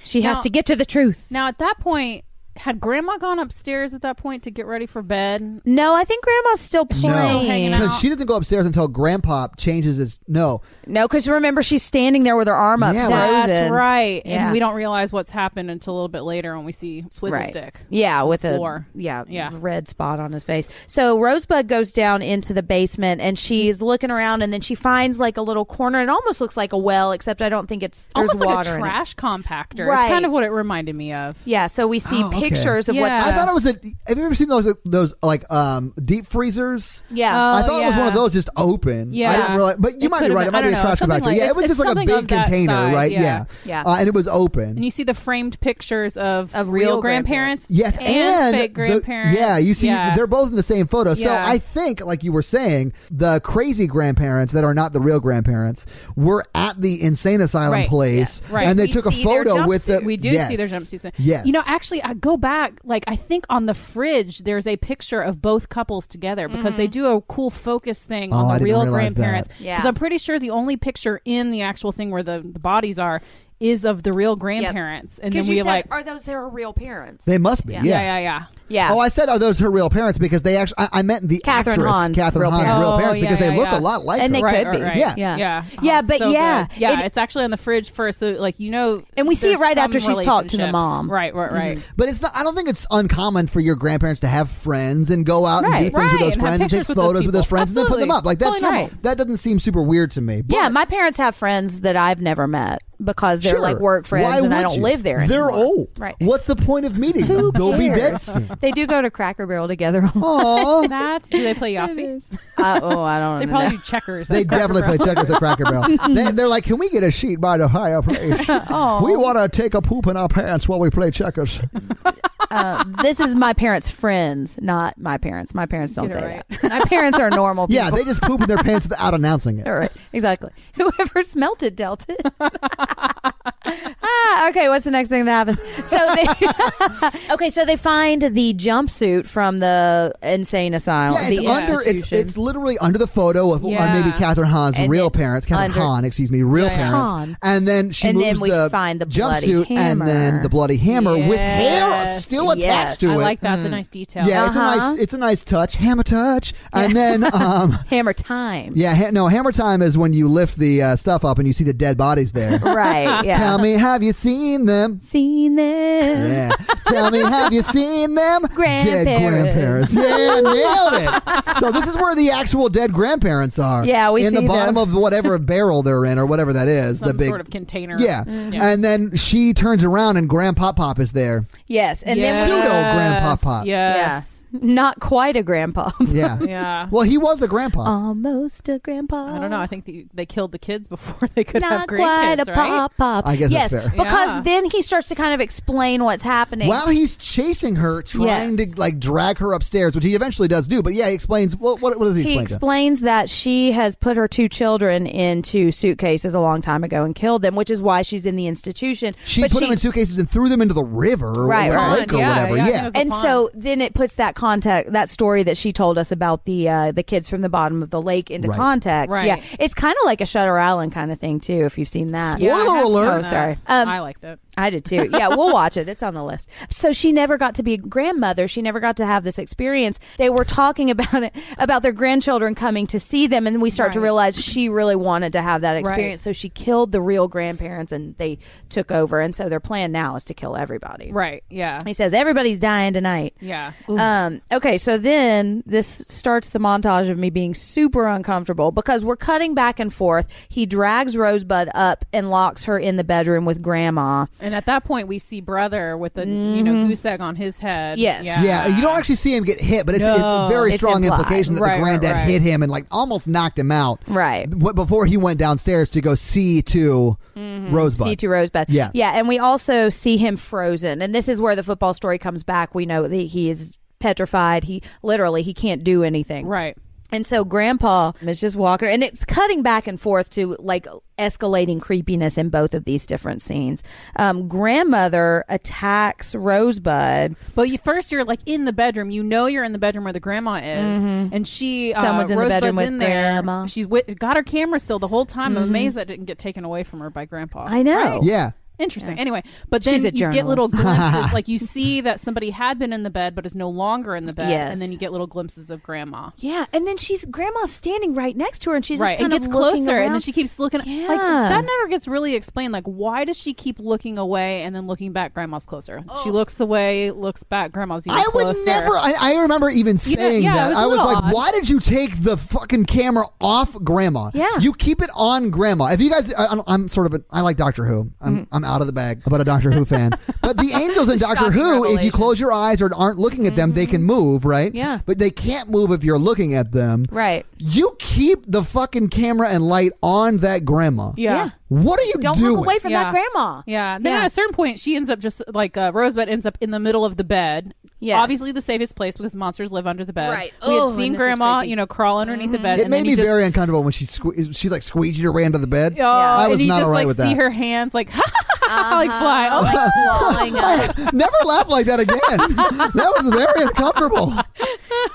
she
Now-
has to get to the truth.
Now, at that point, had Grandma gone upstairs at that point to get ready for bed?
No, I think Grandma's still
No.
still
playing.
hanging out.
Because she doesn't go upstairs until Grandpa changes his no.
No, because remember she's standing there with her arm up,
Yeah,
frozen.
That's right.
Yeah.
And we don't realize what's happened until a little bit later when we see Swizzle
Right.
Stick.
Yeah, with
floor.
a yeah,
Yeah.
red spot on his face. So Rosebud goes down into the basement and she's looking around and then she finds like a little corner. It almost looks like a well, except I don't think it's there's
Almost like
water
a
in it.
trash compactor.
Right.
It's kind of what it reminded me of.
Yeah, so we see
Oh, okay.
pictures of
Yeah.
I
what.
thought it was a. Have you ever seen those those like um deep freezers?
Yeah,
Uh,
I
Oh,
thought it was
yeah.
one of those just open. I
Yeah.
didn't realize, but you
It
might be
could've
right.
been-
it might
I
be a
don't know,
trash
something
compactor.
like-
yeah, it
it's-
was
it's
just like a
something
big
of that
container,
size,
right?
yeah.
Yeah.
Yeah.
Uh, and it was open.
And you see the framed pictures of,
Of
real,
real
grandparents.
Yes,
and,
and,
fake
the-
grandparents.
yeah, you see,
Yeah.
they're both in the same photo.
Yeah.
So I think, like you were saying, the crazy grandparents that are not the real grandparents were at the insane asylum
Right,
place,
yes, right.
and they
We
took a
see their
photo with the.
jumpsuit.
we do
yes,
see their jumpsuits.
Yes,
You know, actually, I go back. Like, I think on the fridge there's a picture of both couples together because they do a cool focus thing
Oh,
on
I
the
didn't
real
realize that.
grandparents.
Mm-hmm. Yeah.
I'm pretty sure the only picture in the actual thing where the, the bodies are is of the real grandparents, and then
because you
we
said,
like,
are those their real parents?
they must be. Yeah.
yeah, yeah, yeah.
yeah.
Oh, I said, are those her real parents? Because they actually, I, I meant the
Catherine
actress,
Hahn's
Catherine
real
Hahn's
parents.
real
Oh,
parents,
yeah,
because they
yeah,
look
yeah.
a lot like
And
her.
they
Right,
could
right,
be.
right.
Yeah.
Yeah.
yeah, Oh,
Yeah,
it's
but
so
yeah,
good. yeah,
it-
it's actually on the fridge first. So, like, you know,
And we see it
there's
right after
some
she's talked to the
relationship.
mom. Mm-hmm.
Right, right, right.
But it's not. I don't think it's uncommon for your grandparents to have friends and go out and do
Right.
things
Right,
with those
and have
friends and
pictures
take
with those
photos with those
people.
friends and then put them
Absolutely.
up. Like that's
Totally normal.
that doesn't seem super weird to me. But
yeah, my parents have friends that I've never met because they're
sure.
like work friends,
Why
and I
would
don't
you?
live there.
They're
anymore.
old.
Right.
What's the point of meeting them? They'll be dead
cares?
soon.
They do go to Cracker Barrel together. a lot.
Aww.
That's do they play Yahtzee?
uh, oh, I don't.
They
know.
probably do checkers.
They
That's
definitely play
correct.
checkers at Cracker Barrel. They, they're like, can we get a sheet by the higher place? We
Oh.
want to take a poop in our pants while we play checkers.
Uh, this is my parents' friends, not my parents. My parents don't
Get
say
it
that. My parents are normal people.
Yeah, they just poop in their pants without announcing it.
All right, exactly. Whoever smelt it dealt it. ah, okay. What's the next thing that happens? So they, okay, so they find the jumpsuit from the insane asylum.
Yeah,
the
it's under. It's,
institution.
it's literally under the photo of uh,
Yeah.
maybe Catherine Hahn's
And
real
then
parents, Catherine
under-
Hahn, excuse me, real
Yeah, yeah.
parents,
Hahn.
and then she
And then
moves
we
the
find the bloody
jumpsuit and then
hammer.
the bloody hammer with hair
Yes.
still attached
Yes.
to
I
it.
like that. That's
Mm.
a nice detail.
yeah, it's a
Uh-huh.
nice, it's a nice touch, hammer touch, and then um,
hammer time.
yeah, ha- no, hammer time is when you lift the uh, stuff up and you see the dead bodies there.
Right. Yeah.
Tell me, have you seen them?
Seen them.
Yeah. Tell me, have you seen them? Dead grandparents.
Grandparents.
Yeah, nailed it. So this is where the actual dead grandparents are.
Yeah, we
in
see
the bottom
them.
of whatever barrel they're in or whatever that is.
Some
the big
sort of container.
yeah.
Yeah.
and then she turns around and Grandpa Pop is there.
Yes, and then
Pseudo grandpa pop.
Yes.
yeah, not quite a grandpa.
Yeah,
Yeah.
well, he was a grandpa.
Almost a grandpa.
I don't know. I think the, they killed the kids before they could
Not
have
quite
grandkids,
a
right?
pop pop.
I guess
yes,
that's fair.
because
Yeah.
then he starts to kind of explain what's happening.
While he's chasing her, trying
Yes.
to like drag her upstairs, which he eventually does do. But yeah, he explains what what, what does he
he
explain? to?
explains that she has put her two children into suitcases a long time ago and killed them, which is why she's in the institution.
She
But
put them in suitcases and threw them into the river or
Right,
like,
right.
lake or
Yeah,
whatever.
yeah, I
yeah.
think it was-
and
pond.
so then it puts that context, that story that she told us about the uh, the kids from the bottom of the lake into
Right.
context.
Right.
Yeah, it's kind of like a Shutter Island kind of thing too, if you've seen that.
Spoiler
I have
alert.
seen
Oh,
that.
sorry. Um,
I liked it.
I did too. Yeah, we'll watch it. It's on the list. So she never got to be a grandmother. She never got to have this experience. They were talking about it, about their grandchildren coming to see them. And we start to
Right.
realize she really wanted to have that experience. So she killed the real grandparents and they took over. And so their plan now is to kill everybody.
Right. Yeah.
He says, everybody's dying tonight.
Yeah.
Um, okay, so then this starts the montage of me being super uncomfortable because we're cutting back and forth. He drags Rosebud up and locks her in the bedroom with Grandma.
And at that point, we see brother with the you know goose egg on his head.
Mm-hmm. Yes.
Yeah.
Yeah, you don't actually see him get hit, but it's, it's a
Um, No.
very
It's
strong
implied.
implication that
Right,
the
right,
granddad
right.
hit him and like almost knocked him out.
Right.
Wh- Before he went downstairs to go see to
Mm-hmm.
Rosebud.
See to Rosebud.
Yeah.
Yeah, and we also see him frozen. And this is where the football story comes back. We know that he is petrified. He literally he can't do anything.
Right.
And so grandpa is just walking and it's cutting back and forth to like escalating creepiness in both of these different scenes. Um, grandmother attacks Rosebud.
But you, first, you're like in the bedroom. You know you're in the bedroom where the grandma is, and she uh,
Mm-hmm. Someone's in the
Rosebud's
bedroom with
in there.
grandma. Mm-hmm.
She's wi- got her camera still the whole time. I'm amazed that didn't get taken away from her by grandpa.
I know.
Right?
Yeah.
Interesting. Anyway, but then
She's a
you get little
journalist.
glimpses, like you see that somebody had been in the bed but is no longer in the bed,
Yes.
and then you get little glimpses of grandma.
Yeah, and then she's grandma's standing right next to her, and she's
Right,
just
it
kind
gets
of looking
closer, and
around.
then she keeps looking.
Yeah.
Like that never gets really explained. Like, why does she keep looking away and then looking back? Grandma's closer.
Oh.
She looks away, looks back. Grandma's even
I would
closer.
never. I, I remember even saying
yeah,
that.
it was a
I was
little
like,
odd.
"Why did you take the fucking camera off Grandma?
Yeah.
you keep it on Grandma. If you guys, I, I'm- I'm sort of, a, I like Doctor Who.
Mm.
I'm, I'm out of the bag about a Doctor Who fan. But the angels in Doctor
Shocking
Who, if you
revelation. Mm-hmm.
close your eyes or aren't looking at them, they can move, right?
Yeah.
but they can't move if you're looking at them.
right.
You keep the fucking camera and light on that Grandma.
Yeah.
Yeah.
yeah.
What are you
Don't
doing?
look away from that
Yeah.
grandma.
Then
Yeah.
at a certain point, she ends up just like uh, Rosebud ends up in the middle of the bed.
Yes.
Obviously, the safest place because monsters live under the bed.
Right. Oh,
We had
and
seen
this is
Grandma,
creepy. Mm-hmm.
you know, crawl underneath the bed.
It
and
made
then
me
you just,
very uncomfortable when she sque- she like squeegeed her way under the bed.
Oh,
I was
and you
not
just
alright
like
with
see
that.
her hands like like
Uh-huh.
fly. Oh, my
Like, clawing up.
Never laugh like that again. that was very uncomfortable.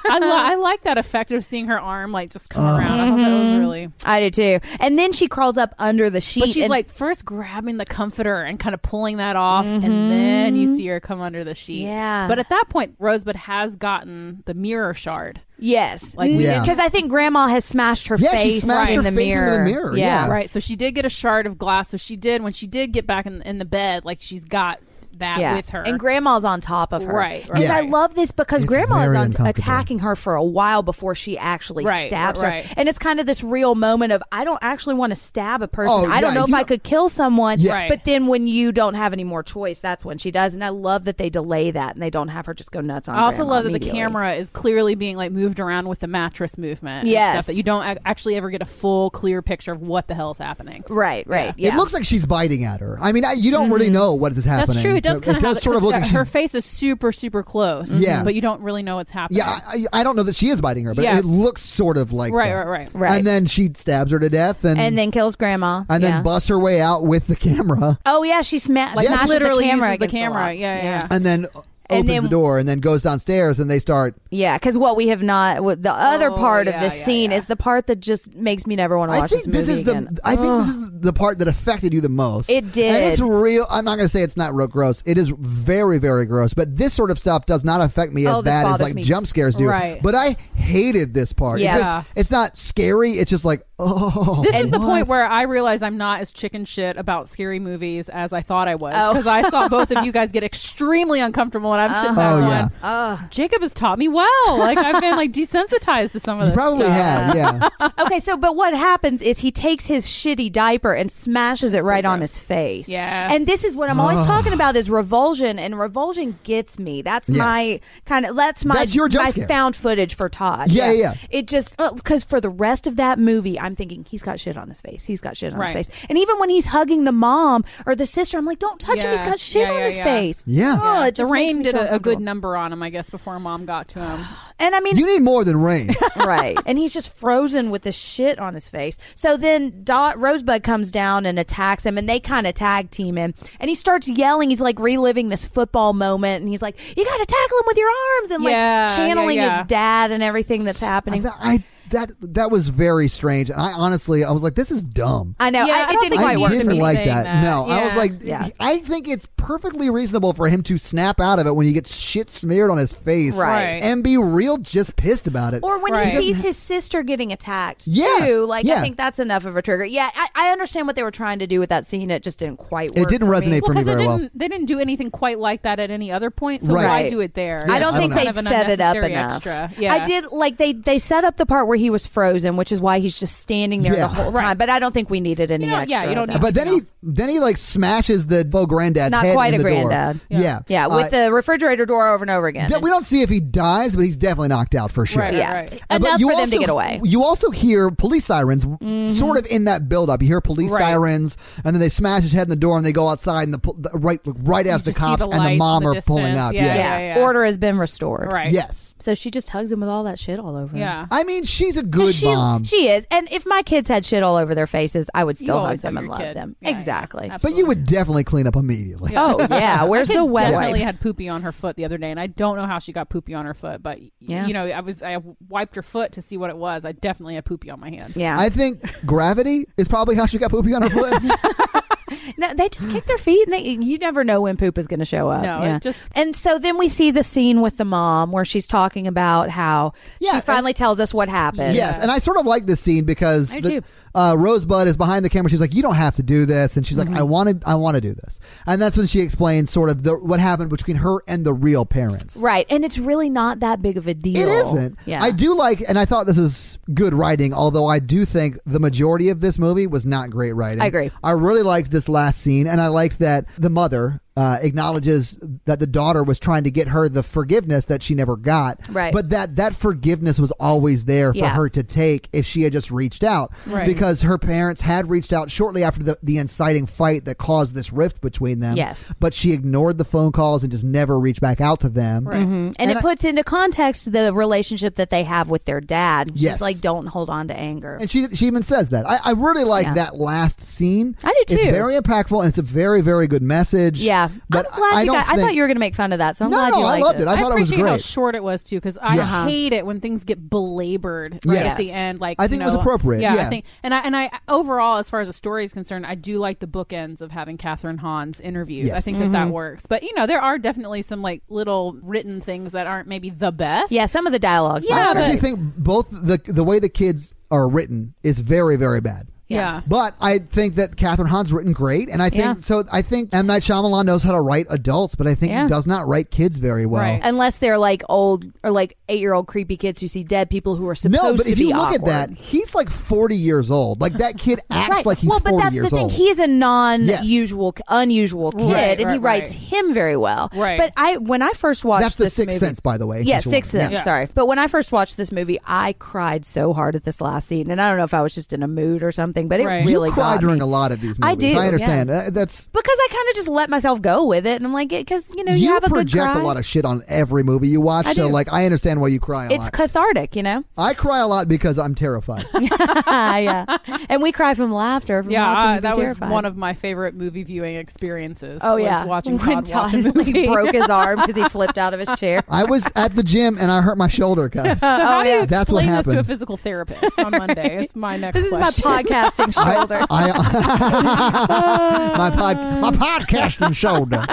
I, li- I like that effect of seeing her arm like just come
Uh-huh.
around. I thought that
Mm-hmm.
was really.
I do too. And then she crawls up under the sheet.
But she's
and-
like first grabbing the comforter and kind of pulling that off, and then you see her come under the sheet.
Yeah.
But at that point, Rosebud has gotten the mirror shard.
yes,
Like,
Yeah.
because I think grandma has smashed her
Yeah, she
face
smashed
in
her
the
face into
mirror.
the mirror, yeah.
Right. So she did get a shard of glass. So she did when she did get back in, in the bed, like she's got that with her.
And grandma's on top of her.
Right,
And I
right.
love this because
It's
grandma is
very
on
uncomfortable.
attacking her for a while before she actually
Right,
stabs
right.
her. And it's kind of this real moment of I don't actually want to stab a person.
Oh,
I don't
yeah,
know if
you
I
don't-
could kill someone.
Yeah.
Right.
But then when you don't have any more choice, that's when she does. And I love that they delay that and they don't have her just go nuts on
I also
grandma
love that the
immediately.
camera is clearly being like moved around with the mattress movement.
Yes.
And stuff that you don't ac- actually ever get a full clear picture of what the hell is happening.
Right, right. Yeah.
It looks like she's biting at her. I mean, I, you don't really know what is happening.
Mm-hmm. That's true. It does
So
kind of have
sort of look like
her,
she's.
face is super super close.
Yeah.
but you don't really know what's happening.
Yeah, I, I don't know that she is biting her, but
Yeah.
it looks sort of like
right,
that.
right, right,
Right.
And then she stabs her to death, and
and then kills grandma.
and then
yeah.
busts her way out with the camera,
Oh yeah, she sma-
Like
smashes
literally
the camera
uses the
against the
camera.
lock.
yeah, yeah, yeah.
and then opens
then-
the door, and then goes downstairs, and they start.
Yeah, because what we have not, what the other
Oh,
part of
yeah,
this
yeah,
scene
yeah.
is the part that just makes me never want to
I
watch
think this,
this movie
is
again.
the. I think this is the part that affected you the most.
It did.
And it's real. I'm not going to say it's not real gross. It is very, very gross. But this sort of stuff does not affect me
Oh,
as
this
bad as
bothers
like
me.
jump scares do.
Right.
But I hated this part.
Yeah.
It's, just, it's not scary. It's just like oh.
This is the
what?
point where I realize I'm not as chicken shit about scary movies as I thought I was
Oh.
because I saw both of you guys get extremely uncomfortable, and I'm sitting there
Oh,
going,
yeah.
"Jacob has taught me well. Like I've been like desensitized to some of
You
this
probably
stuff."
had. Yeah.
okay, so but what happens is he takes his shitty diaper and smashes it right on his face.
Yeah.
and this is what I'm always talking about is revulsion, and revulsion gets me. That's
Yes.
my kind of that's my
That's your jump
my
scare.
found footage for Todd.
Yeah, yeah, yeah.
It just because for the rest of that movie, I'm thinking he's got shit on his face. He's got shit on
Right.
his face, and even when he's hugging the mom or the sister, I'm like, don't touch him. He's
Yes.
got shit
Yeah,
on
yeah,
his
yeah.
face.
Yeah.
Oh, it
The
just
rain
makes me
did
so
a, a good
uncomfortable.
number on him, I guess, before mom got to him.
And I mean,
You need more than rain.
right. And he's just frozen with the shit on his face. So then Dot Rosebud comes down and attacks him, and they kind of tag team him. And he starts yelling. He's like reliving this football moment, and he's like, "You got to tackle him with your arms," and
Yeah,
like
yeah,
channeling
yeah.
his dad and everything that's happening.
I, I that that was very strange. And I honestly, I was like, this is dumb.
I know.
Yeah,
I,
I
it
don't
didn't
think
quite
you
work.
need
for
didn't
me.
like
saying
that.
that.
No, I was
Yeah.
like,
Yeah.
I think it's perfectly reasonable for him to snap out of it when he gets shit smeared on his face,
Right.
And be real, just pissed about it.
Or when
Right.
he sees his sister getting attacked,
Yeah,
too. Like,
yeah.
I think that's enough of a trigger. Yeah, I, I understand what they were trying to do with that scene. It just didn't quite work.
it didn't
for
resonate
me.
for me
because they
very well.
didn't they didn't do anything quite like that at any other point. So
Right.
why do it there?
Yeah,
I don't
I
think
don't
they
know.
would set it up enough.
Extra. Yeah,
I did like they they set up the part where he was frozen, which is why he's just standing there
Yeah.
the whole time.
Right.
But I don't think we needed any
You don't- yeah,
extra.
you don't
of
need
that.
to-
But then he
Anything
then he like smashes the faux granddad's
Not
head
quite
in
a
the door.
granddad.
Yeah, yeah.
yeah, with the refrigerator door over and over again.
uh, we don't see if he dies, but he's definitely knocked out for sure.
Right,
yeah,
right.
Uh, but
enough
you
for them to
also-
get away.
You also hear police sirens, sort of in that buildup. You hear police
Right.
sirens, and then they smash his head in the door, and they go outside, and the pol- the- right right as the
just see
cops
the
and the
lights
mom
in
are
the
pulling
distance.
up.
Yeah,
yeah.
yeah. order has been restored.
right.
Yes.
So she just hugs him with all that shit all over. him.
Yeah.
I mean, she's a
'Cause
good
she,
mom.
She is. And if my kids had shit all over their faces, I would still hug
always
them
hug
and
your
love
kid.
them.
Yeah, yeah,
exactly.
absolutely.
but you would definitely clean up immediately.
Oh yeah, where's
I
the wet
definitely
wipe?
had poopy on her foot the other day, and I don't know how she got poopy on her foot, but
Yeah.
you know, I was I wiped her foot to see what it was. I definitely had poopy on my hand.
Yeah,
I think gravity is probably how she got poopy on her foot.
no, they just kick their feet, and they, you never know when poop is going to show up.
No,
yeah.
it just
And so then we see the scene with the mom where she's talking about how
Yeah,
she finally tells us what happened.
Yes, and I sort of like this scene because
I
the-
do.
uh, Rosebud is behind the camera. She's like, "You don't have to do this," and she's
Mm-hmm.
like, "I wanted, I want to do this," and that's when she explains sort of the, what happened between her and the real parents.
Right. And it's really not that big of a deal.
It isn't.
Yeah.
I do like, and I thought this is good writing. Although I do think the majority of this movie was not great writing.
I agree.
I really liked this last scene, and I liked that the mother uh, acknowledges that the daughter was trying to get her the forgiveness that she never got.
Right.
But that that forgiveness was always there for
Yeah.
her to take if she had just reached out,
Right.
because her parents had reached out shortly after the, the inciting fight that caused this rift between them.
Yes.
But she ignored the phone calls and just never reached back out to them.
Right.
Mm-hmm. And, it
I-
puts into context the relationship that they have with their dad. She's
Yes.
like, don't hold on to anger.
And she she even says that. I, I really like
Yeah.
that last scene.
I do,
It's
too.
very impactful and it's a very very good message.
yeah.
but
I'm glad
I,
you
don't
got,
think,
I thought you were going to make fun of that. So I'm
No,
glad
no,
you
I
liked
loved it. I thought it was
appreciate how
great.
short it was too, because
Uh-huh.
I
Yeah.
hate it when things get belabored right
Yes.
at the end. Like
I think
you
it was
know,
appropriate,
Yeah,
yeah.
I think, and I and I overall, as far as the story is concerned, I do like the bookends of having Catherine Hahn's interviews. I
Yes.
think
Mm-hmm.
that that works. But you know, there are definitely some like little written things that aren't maybe the best.
Yeah, some of the dialogues.
I
Yeah,
honestly
but-
think both the the way the kids are written is very very bad.
Yeah.
But I think that Catherine Hahn's written great, and I think
Yeah.
so. I think M Night Shyamalan knows how to write adults, but I think
Yeah.
he does not write kids very well.
Right.
Unless they're like old or like eight year old creepy kids who see dead people who are supposed
No, but
to
if
be
you look
awkward.
at that, he's like forty years old. Like that kid acts
Right.
like he's
well, but
forty
that's
years
the thing.
old.
He's a
Yes.
non-usual, unusual kid,
Right,
and he
right,
writes
right.
him very well.
Right.
But I, when I first watched
that's the
this
sixth
movie,
sense, by the way. in
Yeah,
case you
Sixth
want-
Sense.
Yeah.
Sorry, but when I first watched this movie, I cried so hard at this last scene, and I don't know if I was just in a mood or something, but it
Right. You
really
you cry
got
during
me.
a lot of these movies.
I do,
I understand.
yeah.
Uh, that's
because I kind of just let myself go with it, and I'm like, because you know, you, have a
project
good cry.
a lot of shit on every movie you watch,
I
so
do.
like I understand why you cry a
it's
lot.
cathartic, you know.
I cry a lot because I'm terrified.
yeah, and we cry from laughter. From
Yeah,
watching
I-
me be
that was
terrified.
one of my favorite movie viewing experiences.
Oh
was
yeah,
watching
when
Todd,
Todd
watch a movie.
like, broke his arm because he flipped out of his chair.
I was at the gym and I hurt my shoulder, guys.
So
Oh,
how do you
Oh, yeah.
explain
That's what
this to a
happened.
physical therapist on Monday? Is my next
This is my
question.
podcasting shoulder.
I, I- my pod, my podcasting shoulder.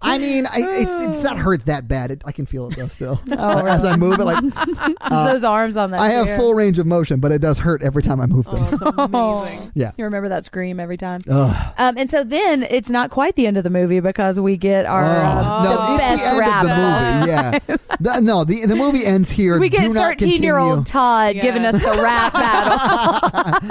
I mean, I, it's it's not hurt that bad. It, I can feel it though still
Oh,
as I move it. Like
Those arms on that.
uh, I have
chair.
full range of motion, but it does hurt every time I move them.
oh, it's amazing.
Yeah.
You remember that scream every time.
Ugh.
Um, and so then it's not quite the end of the movie because we get our uh,
Ugh. Oh, no,
the
it's
best
the end
rap.
of the movie. Yeah, The- no, the the movie ends here.
We get
Do not
13 year
continue.
old Todd
Yeah.
giving us the rap battle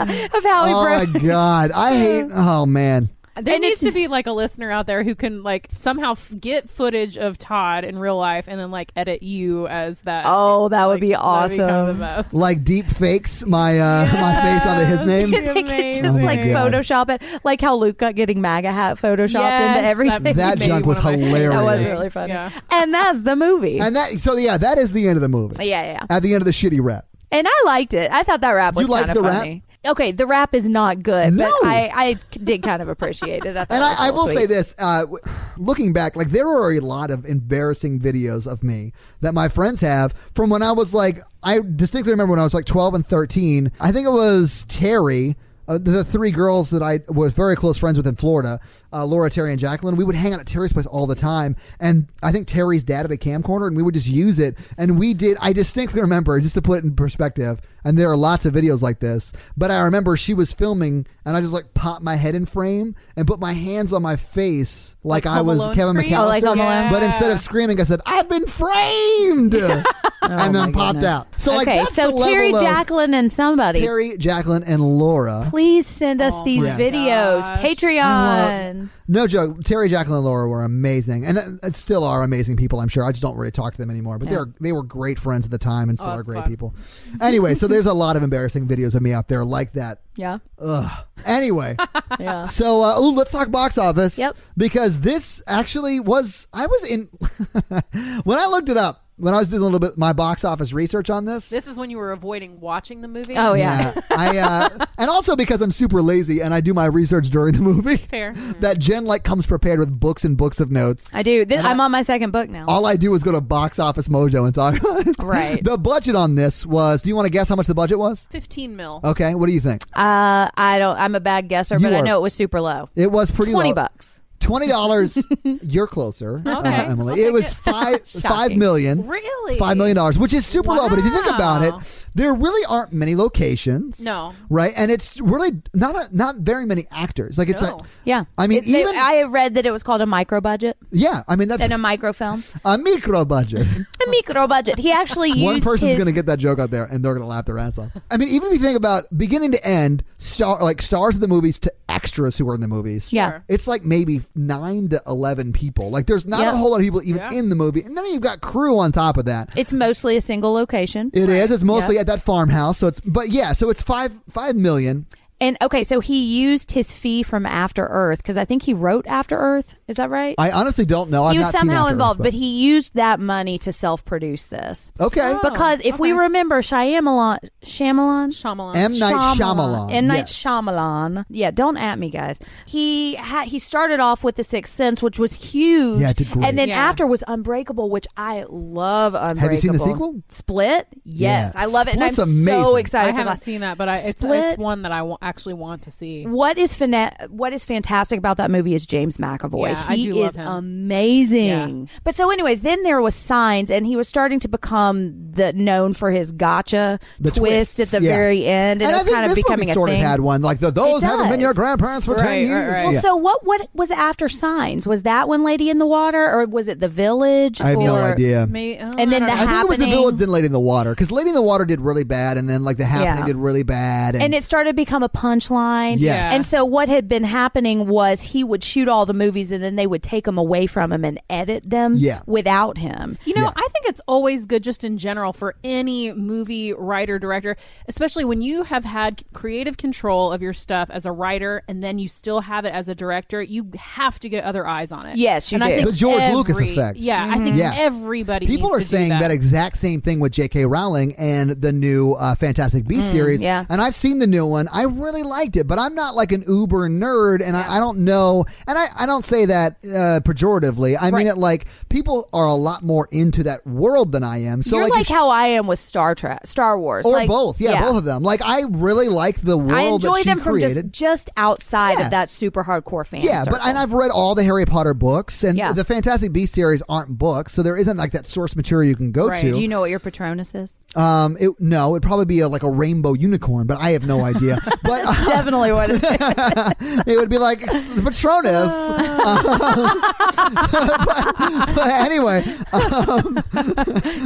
of how he
Oh
broke.
my god, I hate. Oh man.
There
And
needs
it's-
to be like a listener out there who can like somehow f- get footage of Todd in real life and then like edit you as that.
Oh, that would
Like,
be
that'd kind of the
awesome.
best.
like deep fakes my uh, my face onto his name.
Yes.
they could
Amazing.
just
Oh my
like
God.
Photoshop it, like how Luke got getting MAGA hat photoshopped
Yes,
into everything.
That
maybe
junk
one
was
of my favorite
hilarious.
That was
things.
really funny.
Yeah.
and that's the movie.
And that so yeah, that is the end of the movie.
yeah, yeah.
At the end of the shitty rap.
And I liked it. I thought that rap
You
was
liked
kind of
the rap?
funny. Okay, the rap is not good,
No.
but I, I did kind of appreciate it. I thought
And
it was a
I, I
little
will
sweet.
say this: uh, w- looking back, like there are a lot of embarrassing videos of me that my friends have from when I was like, I distinctly remember when I was like twelve and thirteen. I think it was Terry. Uh, the three girls that I was very close friends with in Florida, uh, Laura, Terry, and Jacqueline, we would hang out at Terry's place all the time. And I think Terry's dad had a camcorder, and we would just use it. And we did. I distinctly remember, just to put it in perspective, and there are lots of videos like this. But I remember she was filming, and I just like popped my head in frame and put my hands on my face like,
Like
I
Home
was
Alone
Kevin
scream?
McAllister.
Oh,
like Home Alone?
But instead of screaming, I said, "I've been framed," and
my
then popped
goodness.
out. So like,
okay,
that's
so
the
Terry,
level of
Jacqueline, and somebody,
Terry, Jacqueline, and Laura.
please send us
Oh
these
my
videos.
gosh.
I
Patreon.
No joke. Terry, Jacqueline, and Laura were amazing, and uh, uh, still are amazing people. I'm sure. I just don't really talk to them anymore, but they're they were great friends at the time, and still
Oh,
are
that's
great
fun.
people. Anyway, so there's a lot of embarrassing videos of me out there like that.
Yeah,
Ugh. Anyway,
yeah.
so uh, ooh, let's talk box office.
Yep.
Because this actually was I was in when I looked it up when I was doing a little bit my box office research on this.
This is when you were avoiding watching the movie.
Oh, yeah.
I uh, and also because I'm super lazy and I do my research during the movie.
fair.
That Jen like comes prepared with books and books of notes.
Mm-hmm. I do. This, I'm on my second book now.
All I do is go to Box Office Mojo and talk about it.
Right.
The budget on this was. Do you want to guess how much the budget was?
Fifteen mil.
Okay. What do you think?
Uh, I don't. I'm a bad guesser,
You
but I
are-
know it was super low.
It was pretty
Twenty
low.
bucks.
Twenty dollars. You're closer,
Okay,
uh,
I'll
Emily.
take
It was
it.
five five
Shocking.
million.
Really?
Five million dollars, which is super low, but if you think about it,
Wow.
there really aren't many locations.
No.
right? And it's really not a, not very many actors. Like it's
No.
like,
Yeah.
I mean,
It- they-
even-
I read that it was called a micro budget
yeah, I mean that's
um,
and a microfilm.
a micro budget.
A micro budget. He actually used
One person's
his.
going to get that joke out there, and they're going to laugh their ass off. I mean, even if you think about beginning to end, star like stars of the movies to extras who are in the movies.
yeah.
It's like maybe nine to eleven people. Like there's not
Yep.
a whole lot of people even
Yeah.
in the movie, and then you've got crew on top of that.
It's mostly a single location.
It is. It's mostly at that farmhouse. So it's. But yeah. So it's five five million.
And okay, so he used his fee from After Earth because I think he wrote After Earth. Is that right?
I honestly don't know. I've
he was
not seen
somehow
After Earth,
involved, but he used that money to self-produce this.
okay.
Oh,
Because if we
okay.
remember, Shyamalan, Shyamalan,
Shyamalan.
M Night Shyamalan.
M. Night
Yes.
Shyamalan. Yeah, don't at me, guys. He had he started off with The Sixth Sense, which was huge.
Yeah, it did great.
And then
Yeah.
after was Unbreakable, which I love. Unbreakable.
you seen the sequel?
Split? Yes,
Yeah.
I love it, and I'm
Split's amazing.
so
I
excited. for
haven't
that.
seen that, but I, it's,
Split.
it's one that I wa- actually want to see.
What is fina- what is fantastic about that movie is James McAvoy.
Yeah, I
he
do love
is
him.
amazing. But so, anyways, then there was Signs, and he was starting to become the known for his gotcha
The
twist
twists,
at the
yeah.
very end, and,
I
it's
think
kind
this
of becoming
movie
a
sort
thing.
of had one like the, those
It
haven't been
does.
your grandparents for ten
Right, right,
years.
right.
well,
Yeah.
so what? What was after Signs? Was that one lady in the water, or was it the village?
I have no
or-
idea.
May- oh,
And then
I don't
the
I
know.
think it was the
Happening.
village then Lady in the Water because Lady in the Water did really bad, and then like the Happening
Yeah.
did really bad, and,
And it started to become a punchline.
Yes.
And so what had been happening was he would shoot all the movies and then they would take them away from him and edit them
Yeah.
without him.
You know,
Yeah.
I think it's always good just in general for any movie writer director, especially when you have had creative control of your stuff as a writer and then you still have it as a director, you have to get other eyes on it.
Yes, you
and I
do.
think
The George Lucas
every-
effect. Mm-hmm.
Yeah, I think
Yeah.
everybody
people
needs
are
to do
saying that.
that
exact same thing with J.K. Rowling and the new uh, Fantastic Beast series.
Hmm, yeah.
And I've seen the new one. I really liked it, but I'm not like an uber nerd, and I, I don't know. And I, I don't say that uh, pejoratively. I mean it like people are a lot more into that world than I am. So
You're like,
like. if-
how I am with Star Trek, Star Wars,
or
Like,
both, yeah, both of them. Like I really like the world
I enjoy
that she
them from
created.
just, just outside
Yeah.
of that super hardcore fan.
Yeah, but
circle.
and I've read all the Harry Potter books, and
Yeah.
the Fantastic Beast series aren't books, so there isn't like that source material you can go
Right.
to.
do you know what your Patronus is?
um, it, no, it'd probably be a, like a rainbow unicorn, but I have no idea. but uh,
Definitely what it is.
it would be like the Patronus. Um, but, but anyway, um,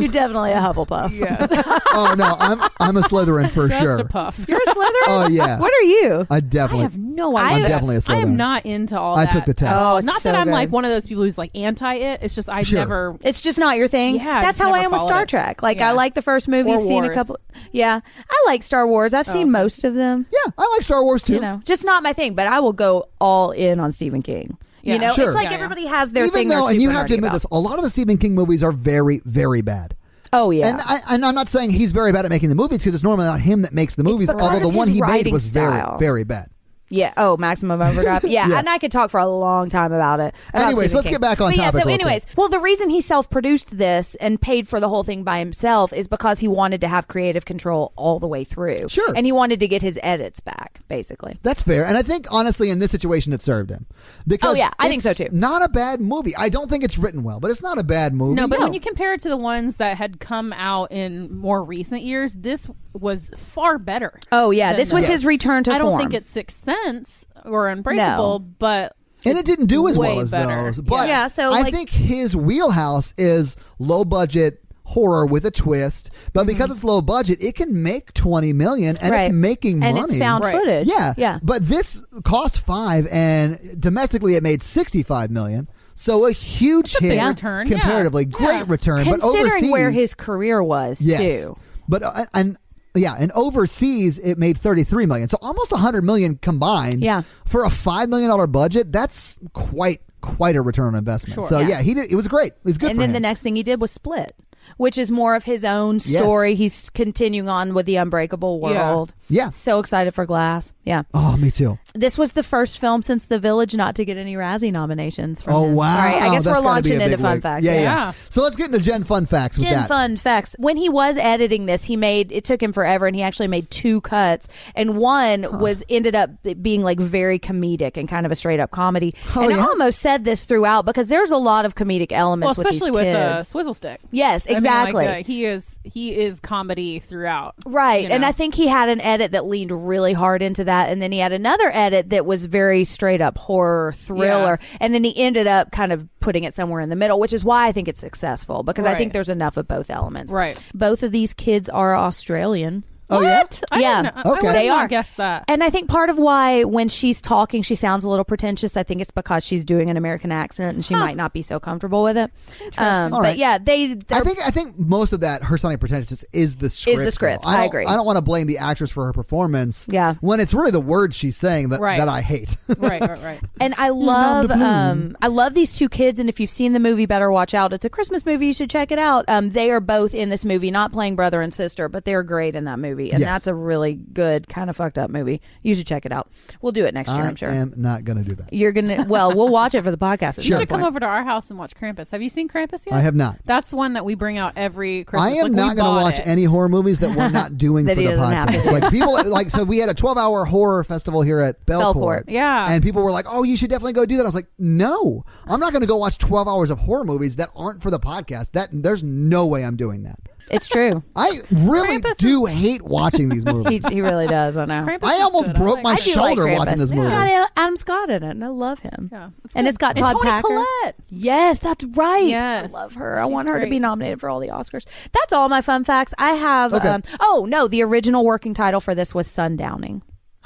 You're definitely a Hufflepuff.
oh no, I'm I'm a Slytherin for
Just
sure.
a puff.
You're a Slytherin.
Oh yeah,
What are you?
I
I
definitely.
have no
I'm
idea.
definitely a
I
Slytherin.
am not into all
I
that.
took the test.
Oh,
Oh,
it's
not
so
that I'm
good.
like one of those people who's like anti it. It's just I
Sure.
never
It's just not your thing.
Yeah, I
that's
just
how I
never
am with
followed
Star
it.
Trek. Like
Yeah.
I like the first movie.
Or
I've seen a
Wars. Oh.
couple. Yeah, I like Star Wars. I've seen most of them.
yeah, I like Star Wars too.
You know, just not my thing. But I will go all in on Stephen King.
Yeah.
You know,
Sure.
it's like
Yeah, yeah.
everybody has their
Even
thing.
though,
they're
and you
super
have to
nerdy
admit
about.
this, a lot of the Stephen King movies are very, very bad.
Oh yeah.
And, I, and I'm not saying he's very bad at making the movies because it's normally not him that makes the movies.
because
Although the
of
one
his
he made
writing
was
style.
very, very bad.
Yeah. Oh, maximum overdrive. Yeah,
Yeah.
and I could talk for a long time about it. about
Anyways,
Stephen
let's
King.
get back on
but
topic
Yeah. So,
real quick.
anyways, well, the reason he self-produced this and paid for the whole thing by himself is because he wanted to have creative control all the way through.
Sure.
And he wanted to get his edits back, basically.
That's fair. And I think, honestly, in this situation, it served him. Because
Oh, yeah, I think
it's
so, too.
Not a bad movie. I don't think it's written well, but it's not a bad movie.
No, but
No.
when you compare it to the ones that had come out in more recent years, this was far better.
Oh yeah,
than
this was
those.
his return to
I don't
form.
think it's Sixth Sense or Unbreakable, but
and it didn't do as
way
well as
better.
those. But
Yeah, so,
I
like-
think his wheelhouse is low budget horror with a twist. But because it's low budget, it can make twenty million, and
Mm-hmm. Right.
it's making
and
money.
it's found
Right.
footage.
Yeah,
Yeah.
But this cost five, and domestically it made sixty-five million. So a huge
a big
hit
return, yeah.
comparatively, great
Yeah.
return. but
Considering
overseas,
where his career was,
yes,
too.
but uh, and. Yeah, and overseas it made thirty-three million, so almost hundred million combined.
Yeah.
for a five million dollar budget, that's quite quite a return on investment.
Sure.
so yeah.
Yeah.
he did. It was great. It was good.
and
for
then
him.
the next thing he did was Split, which is more of his own story. He's continuing on with the Unbreakable
Yeah.
world.
yeah.
So excited for Glass. Yeah.
Oh, me too.
This was the first film since The Village not to get any Razzie nominations. From
Oh
him.
wow!
Sorry, I guess
That's
we're
gotta be
launching
a
into
big
fun
wig.
facts.
Yeah, yeah,
Yeah.
So let's get into Gen Fun facts with
Gen
that.
fun facts. When he was editing this, he made it took him forever, and he actually made two cuts. And one was ended up b- being like very comedic and kind of a straight up comedy.
Oh,
and
yeah?
I almost said this throughout because there's a lot of comedic
well,
elements,
especially
with
with,
these
uh,
kids.
Swizzle Stick.
yes,
I mean, like,
exactly.
uh, he is he is comedy throughout.
Right.
you
And
know?
I think he had an edit that leaned really hard into that. And then he had another edit that was very straight up horror thriller. And then he ended up kind of putting it somewhere in the middle, which is why I think it's successful because I think
Right.
there's enough of both elements.
Right.
Both of these kids are Australian.
Oh yeah.
I
Yeah.
didn't know- Oh. I,
Okay.
would
They
not
are.
guess that.
And I think part of why when she's talking, she sounds a little pretentious. I think it's because she's doing an American accent and she might not be so comfortable with it. Um,
All
But
right.
yeah, they.
I
they're-
think I think most of that her sounding pretentious is the script. though.
script.
I,
I
don't-
agree.
I don't want to blame the actress for her performance.
Yeah.
When it's really the words she's saying that
Right.
that I hate.
right, right, right.
And I love um I love these two kids and if you've seen the movie Better Watch Out, it's a Christmas movie, you should check it out. Um they are both in this movie, not playing brother and sister, but they're great in that movie. And
Yes.
that's a really good kind of fucked up movie. You should check it out. We'll do it next year,
I
I'm sure.
am not going to do that.
You're going to well, we'll watch it for the podcast. At
Sure.
some
You should come
point.
over to our house and watch Krampus. Have you seen Krampus yet?
I have not.
That's one that we bring out every
I
Christmas.
am
Like, we
not going to
bought
watch
it.
any horror movies that we're not doing for
That
the
he doesn't have
podcast.
to.
like people, like so we had a twelve-hour horror festival here at Belcourt.
Belcourt.
Yeah.
and people were like, "Oh, you should definitely go do that." I was like, "No, I'm not going to go watch twelve hours of horror movies that aren't for the podcast. That there's no way I'm doing that.
It's true.
I really
Krampus
do hate watching these
he,
movies.
he really does, I know.
Krampus
I
is
almost
good.
broke
like-
my
I do like
shoulder
Krampus.
watching this
It's
movie.
got Adam Scott in it, and I love him.
Yeah, it's
and
good.
it's got
And
Todd
Toni
Packer.
Collette.
Yes, that's right.
Yes.
I love her. I
She's
want her to
great.
be nominated for all the Oscars. That's all my fun facts. I have.
Okay.
Um, oh no, the original working title for this was Sundowning,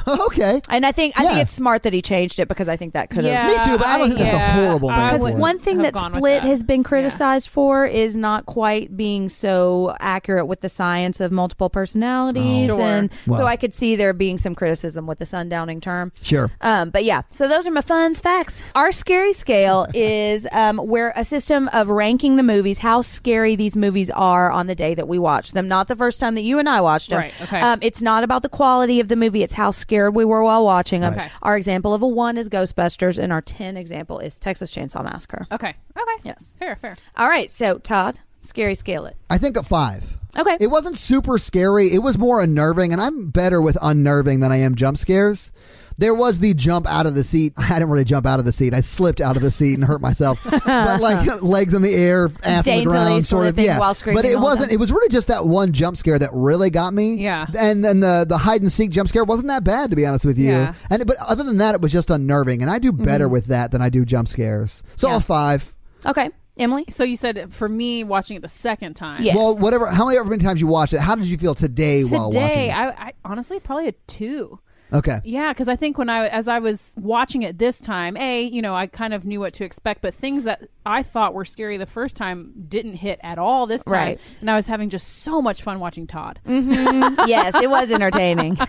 okay.
and I think I think
Yeah.
it's smart that he changed it because I think that could have.
Yeah,
Me too, but I don't think that's a horrible
I
name
Because
for
wouldn't
it.
one thing
have
that
gone with
Split
that.
has been criticized for is not quite being so accurate with the science of multiple personalities,
Oh. Sure.
and so
Well.
I could see there being some criticism with the sundowning term.
Sure.
Um, but yeah, so those are my fun facts. Our scary scale is um, where a system of ranking the movies, how scary these movies are on the day that we watch them, not the first time that you and I watched them.
Right, okay.
Um, it's not about the quality of the movie; it's how scared we were while watching them.
Right. Okay.
Our example of a one is Ghostbusters, and our ten example is Texas Chainsaw Massacre.
Okay. Okay.
Yes.
Fair. Fair.
All right, so Todd, scary scale it.
I think a five.
Okay.
It wasn't super scary. It was more unnerving, and I'm better with unnerving than I am jump scares. There was the jump out of the seat. I didn't really jump out of the seat. I slipped out of the seat and hurt myself. but like legs in the air, ass on the
Daintily
ground, sort of.
slipping
Yeah.
while screaming
but
the
it
whole
wasn't.
time.
It was really just that one jump scare that really got me.
Yeah.
And then the the hide and seek jump scare wasn't that bad to be honest with you.
Yeah.
And but other than that, it was just unnerving, and I do better with that than I do jump scares. So
Mm-hmm. Yeah.
a five.
Okay, Emily.
So you said for me watching it the second time.
Yeah. Yes.
Well, whatever. How many ever many times you watched it? How did you feel today, while watching?
Today,
it?
I, I honestly probably a two.
okay.
Yeah, because I think when I as I was watching it this time, a you know I kind of knew what to expect, but things that I thought were scary the first time didn't hit at all this time.
Right. Mm.
And I was having just so much fun watching Todd.
yes, it was entertaining. and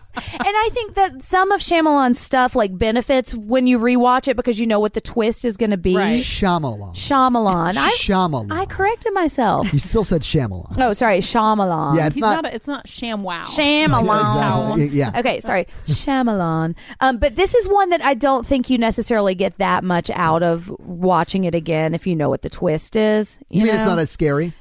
I think that some of Shyamalan's stuff like benefits when you rewatch it because you know what the twist is going to be.
Right.
Shyamalan.
Shyamalan. I
Shyamalan.
I corrected myself.
you still said Shyamalan.
Oh, sorry, Shyamalan.
Yeah, it's
He's
not.
not, a, it's not sham wow.
Shyamalan.
Exactly. Yeah.
Okay, sorry, Shyamalan. Um, but this is one that I don't think you necessarily get that much out of watching it again if you know what the twist is. You,
You mean
know?
it's not as scary?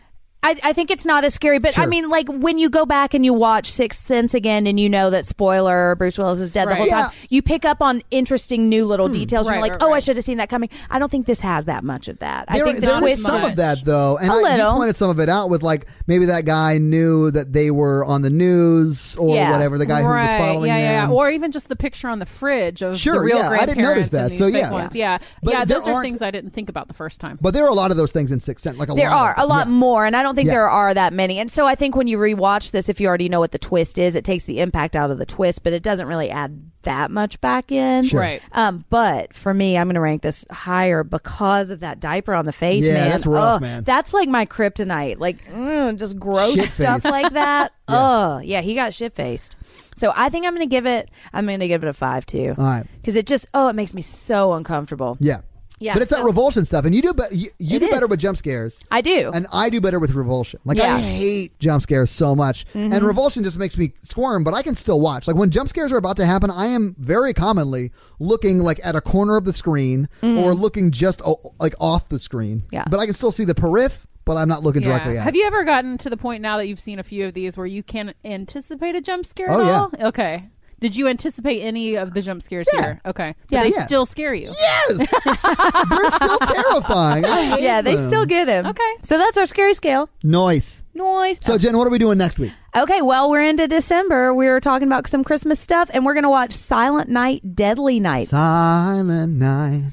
I, I think it's not as scary, but I
Sure.
mean, like when you go back and you watch Sixth Sense again, and you know that spoiler Bruce Willis is dead the
Right.
whole time, you pick up on interesting new
Hmm.
little details. and you're
Right,
like,
right,
oh, I
right.
should have seen that coming. I don't think this has that much of that. I think the
there
not
was
twist.
as
some
much.
of that though, and
A
I,
little.
you pointed some of it out with like maybe that guy knew that they were on the news or
Yeah.
whatever. The guy who was
right.
following
yeah, yeah,
them.
yeah. Or even just the picture on the fridge of
Sure,
the real
yeah, I
grandparents
didn't notice that,
and these
so
fake
yeah.
ones. Yeah,
But
yeah.
there
Those are
aren't-
things I didn't think about the first time.
but there are a lot of those things in Sixth Sense. Like a
There
lot
are
of them.
a lot
Yeah.
more, and I don't think
Yeah.
there are that many. And so I think when you rewatch this, if you already know what the twist is, it takes the impact out of the twist, but it doesn't really add that much back in.
Sure.
Right.
Um, but for me, I'm going to rank this higher because of that diaper on the face,
Yeah,
man.
that's rough,
Ugh,
man.
That's like my kryptonite. Like, mm, just gross
Shit
stuff
face.
like that.
Yeah.
Ugh. Yeah, he got shit faced. So I think I'm going to give it. I'm going to give it a five too.
All right.
Because it just oh, it makes me so uncomfortable.
Yeah.
Yeah,
But it's that
so-
revulsion stuff, and you do be- you, you
It
do better
is.
with jump scares.
I do.
And I do better with revulsion. Like
Yeah. Mm-hmm.
I hate jump scares so much, and revulsion just makes me squirm. But I can still watch. Like when jump scares are about to happen, I am very commonly looking like at a corner of the screen or looking just o- like off the screen.
Mm-hmm. Yeah.
But I can still see the periph, but I'm not looking directly at.
Have
it.
you ever gotten to the point now that you've seen a few of these where you can anticipate a jump scare
Oh,
at
yeah.
all? Okay. Did you anticipate any of the jump scares
Yeah.
here? Okay. But
Yeah.
they
Yeah.
still scare you.
Yes, they're still terrifying. I hate
yeah, they
them.
still get him.
Okay.
So that's our scary scale.
noise.
Noise.
So Jen, what are we doing next week?
okay, well, we're into December. We were talking about some Christmas stuff, and we're going to watch Silent Night, Deadly Night.
Silent night,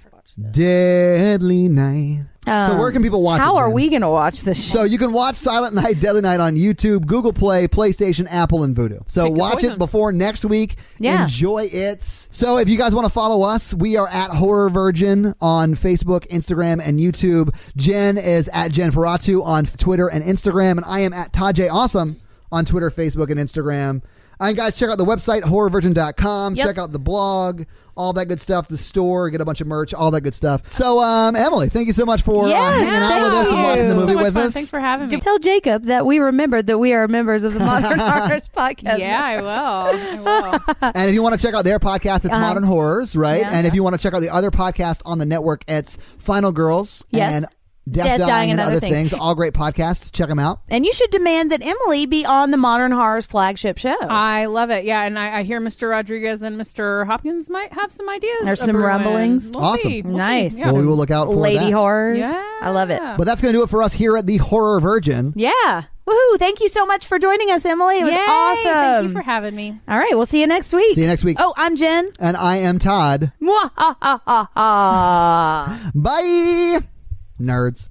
deadly night. so
Um,
where can people watch?
How
it,
are
Jen?
we going to watch this show?
So you can watch Silent Night, Deadly Night on YouTube, Google Play, PlayStation, Apple, and Voodoo. So
Pick your
watch it
poison.
before next week.
Yeah.
Enjoy it. So if you guys want to follow us, we are at Horror Virgin on Facebook, Instagram, and YouTube. Jen is at Jen Ferratu on Twitter and Instagram, and I am at Tajay Awesome on Twitter, Facebook, and Instagram. And guys, check out the website, horrorvirgin.com.
Yep.
Check out the blog, all that good stuff, the store, get a bunch of merch, all that good stuff. So, um, Emily, thank you so much for uh,
Yes,
hanging out with
thank
us and
you.
watching the
So
movie
much
with
fun.
us.
Thanks for having me.
To tell Jacob that we remembered that we are members of the Modern Horrors Podcast.
Yeah, I will. I will.
And if you want to check out their podcast, it's
Uh-huh.
Modern Horrors, right?
Yeah.
and if you want to check out the other podcast on the network, it's Final Girls
Yes.
and Death, Dying, and Other Things. All great podcasts. Check them out.
And you should demand that Emily be on the Modern Horrors flagship show.
I love it. Yeah, and I, I hear Mr. Rodriguez and Mr. Hopkins might have some ideas.
There's some
brewing.
rumblings.
We'll
Awesome.
see. We'll see.
Nice.
Yeah.
Well, we will look out for
Lady
that.
Horrors.
Yeah.
I love it.
But that's going to do it for us here at the Horror Virgin.
Yeah. Woohoo. Thank you so much for joining us, Emily. It was
Yay,
awesome.
Thank you for having me.
All right. We'll see you next week.
See you next week.
Oh, I'm Jen.
And I am Todd.
Mwah, ah, ah, ah, ah.
Bye, nerds.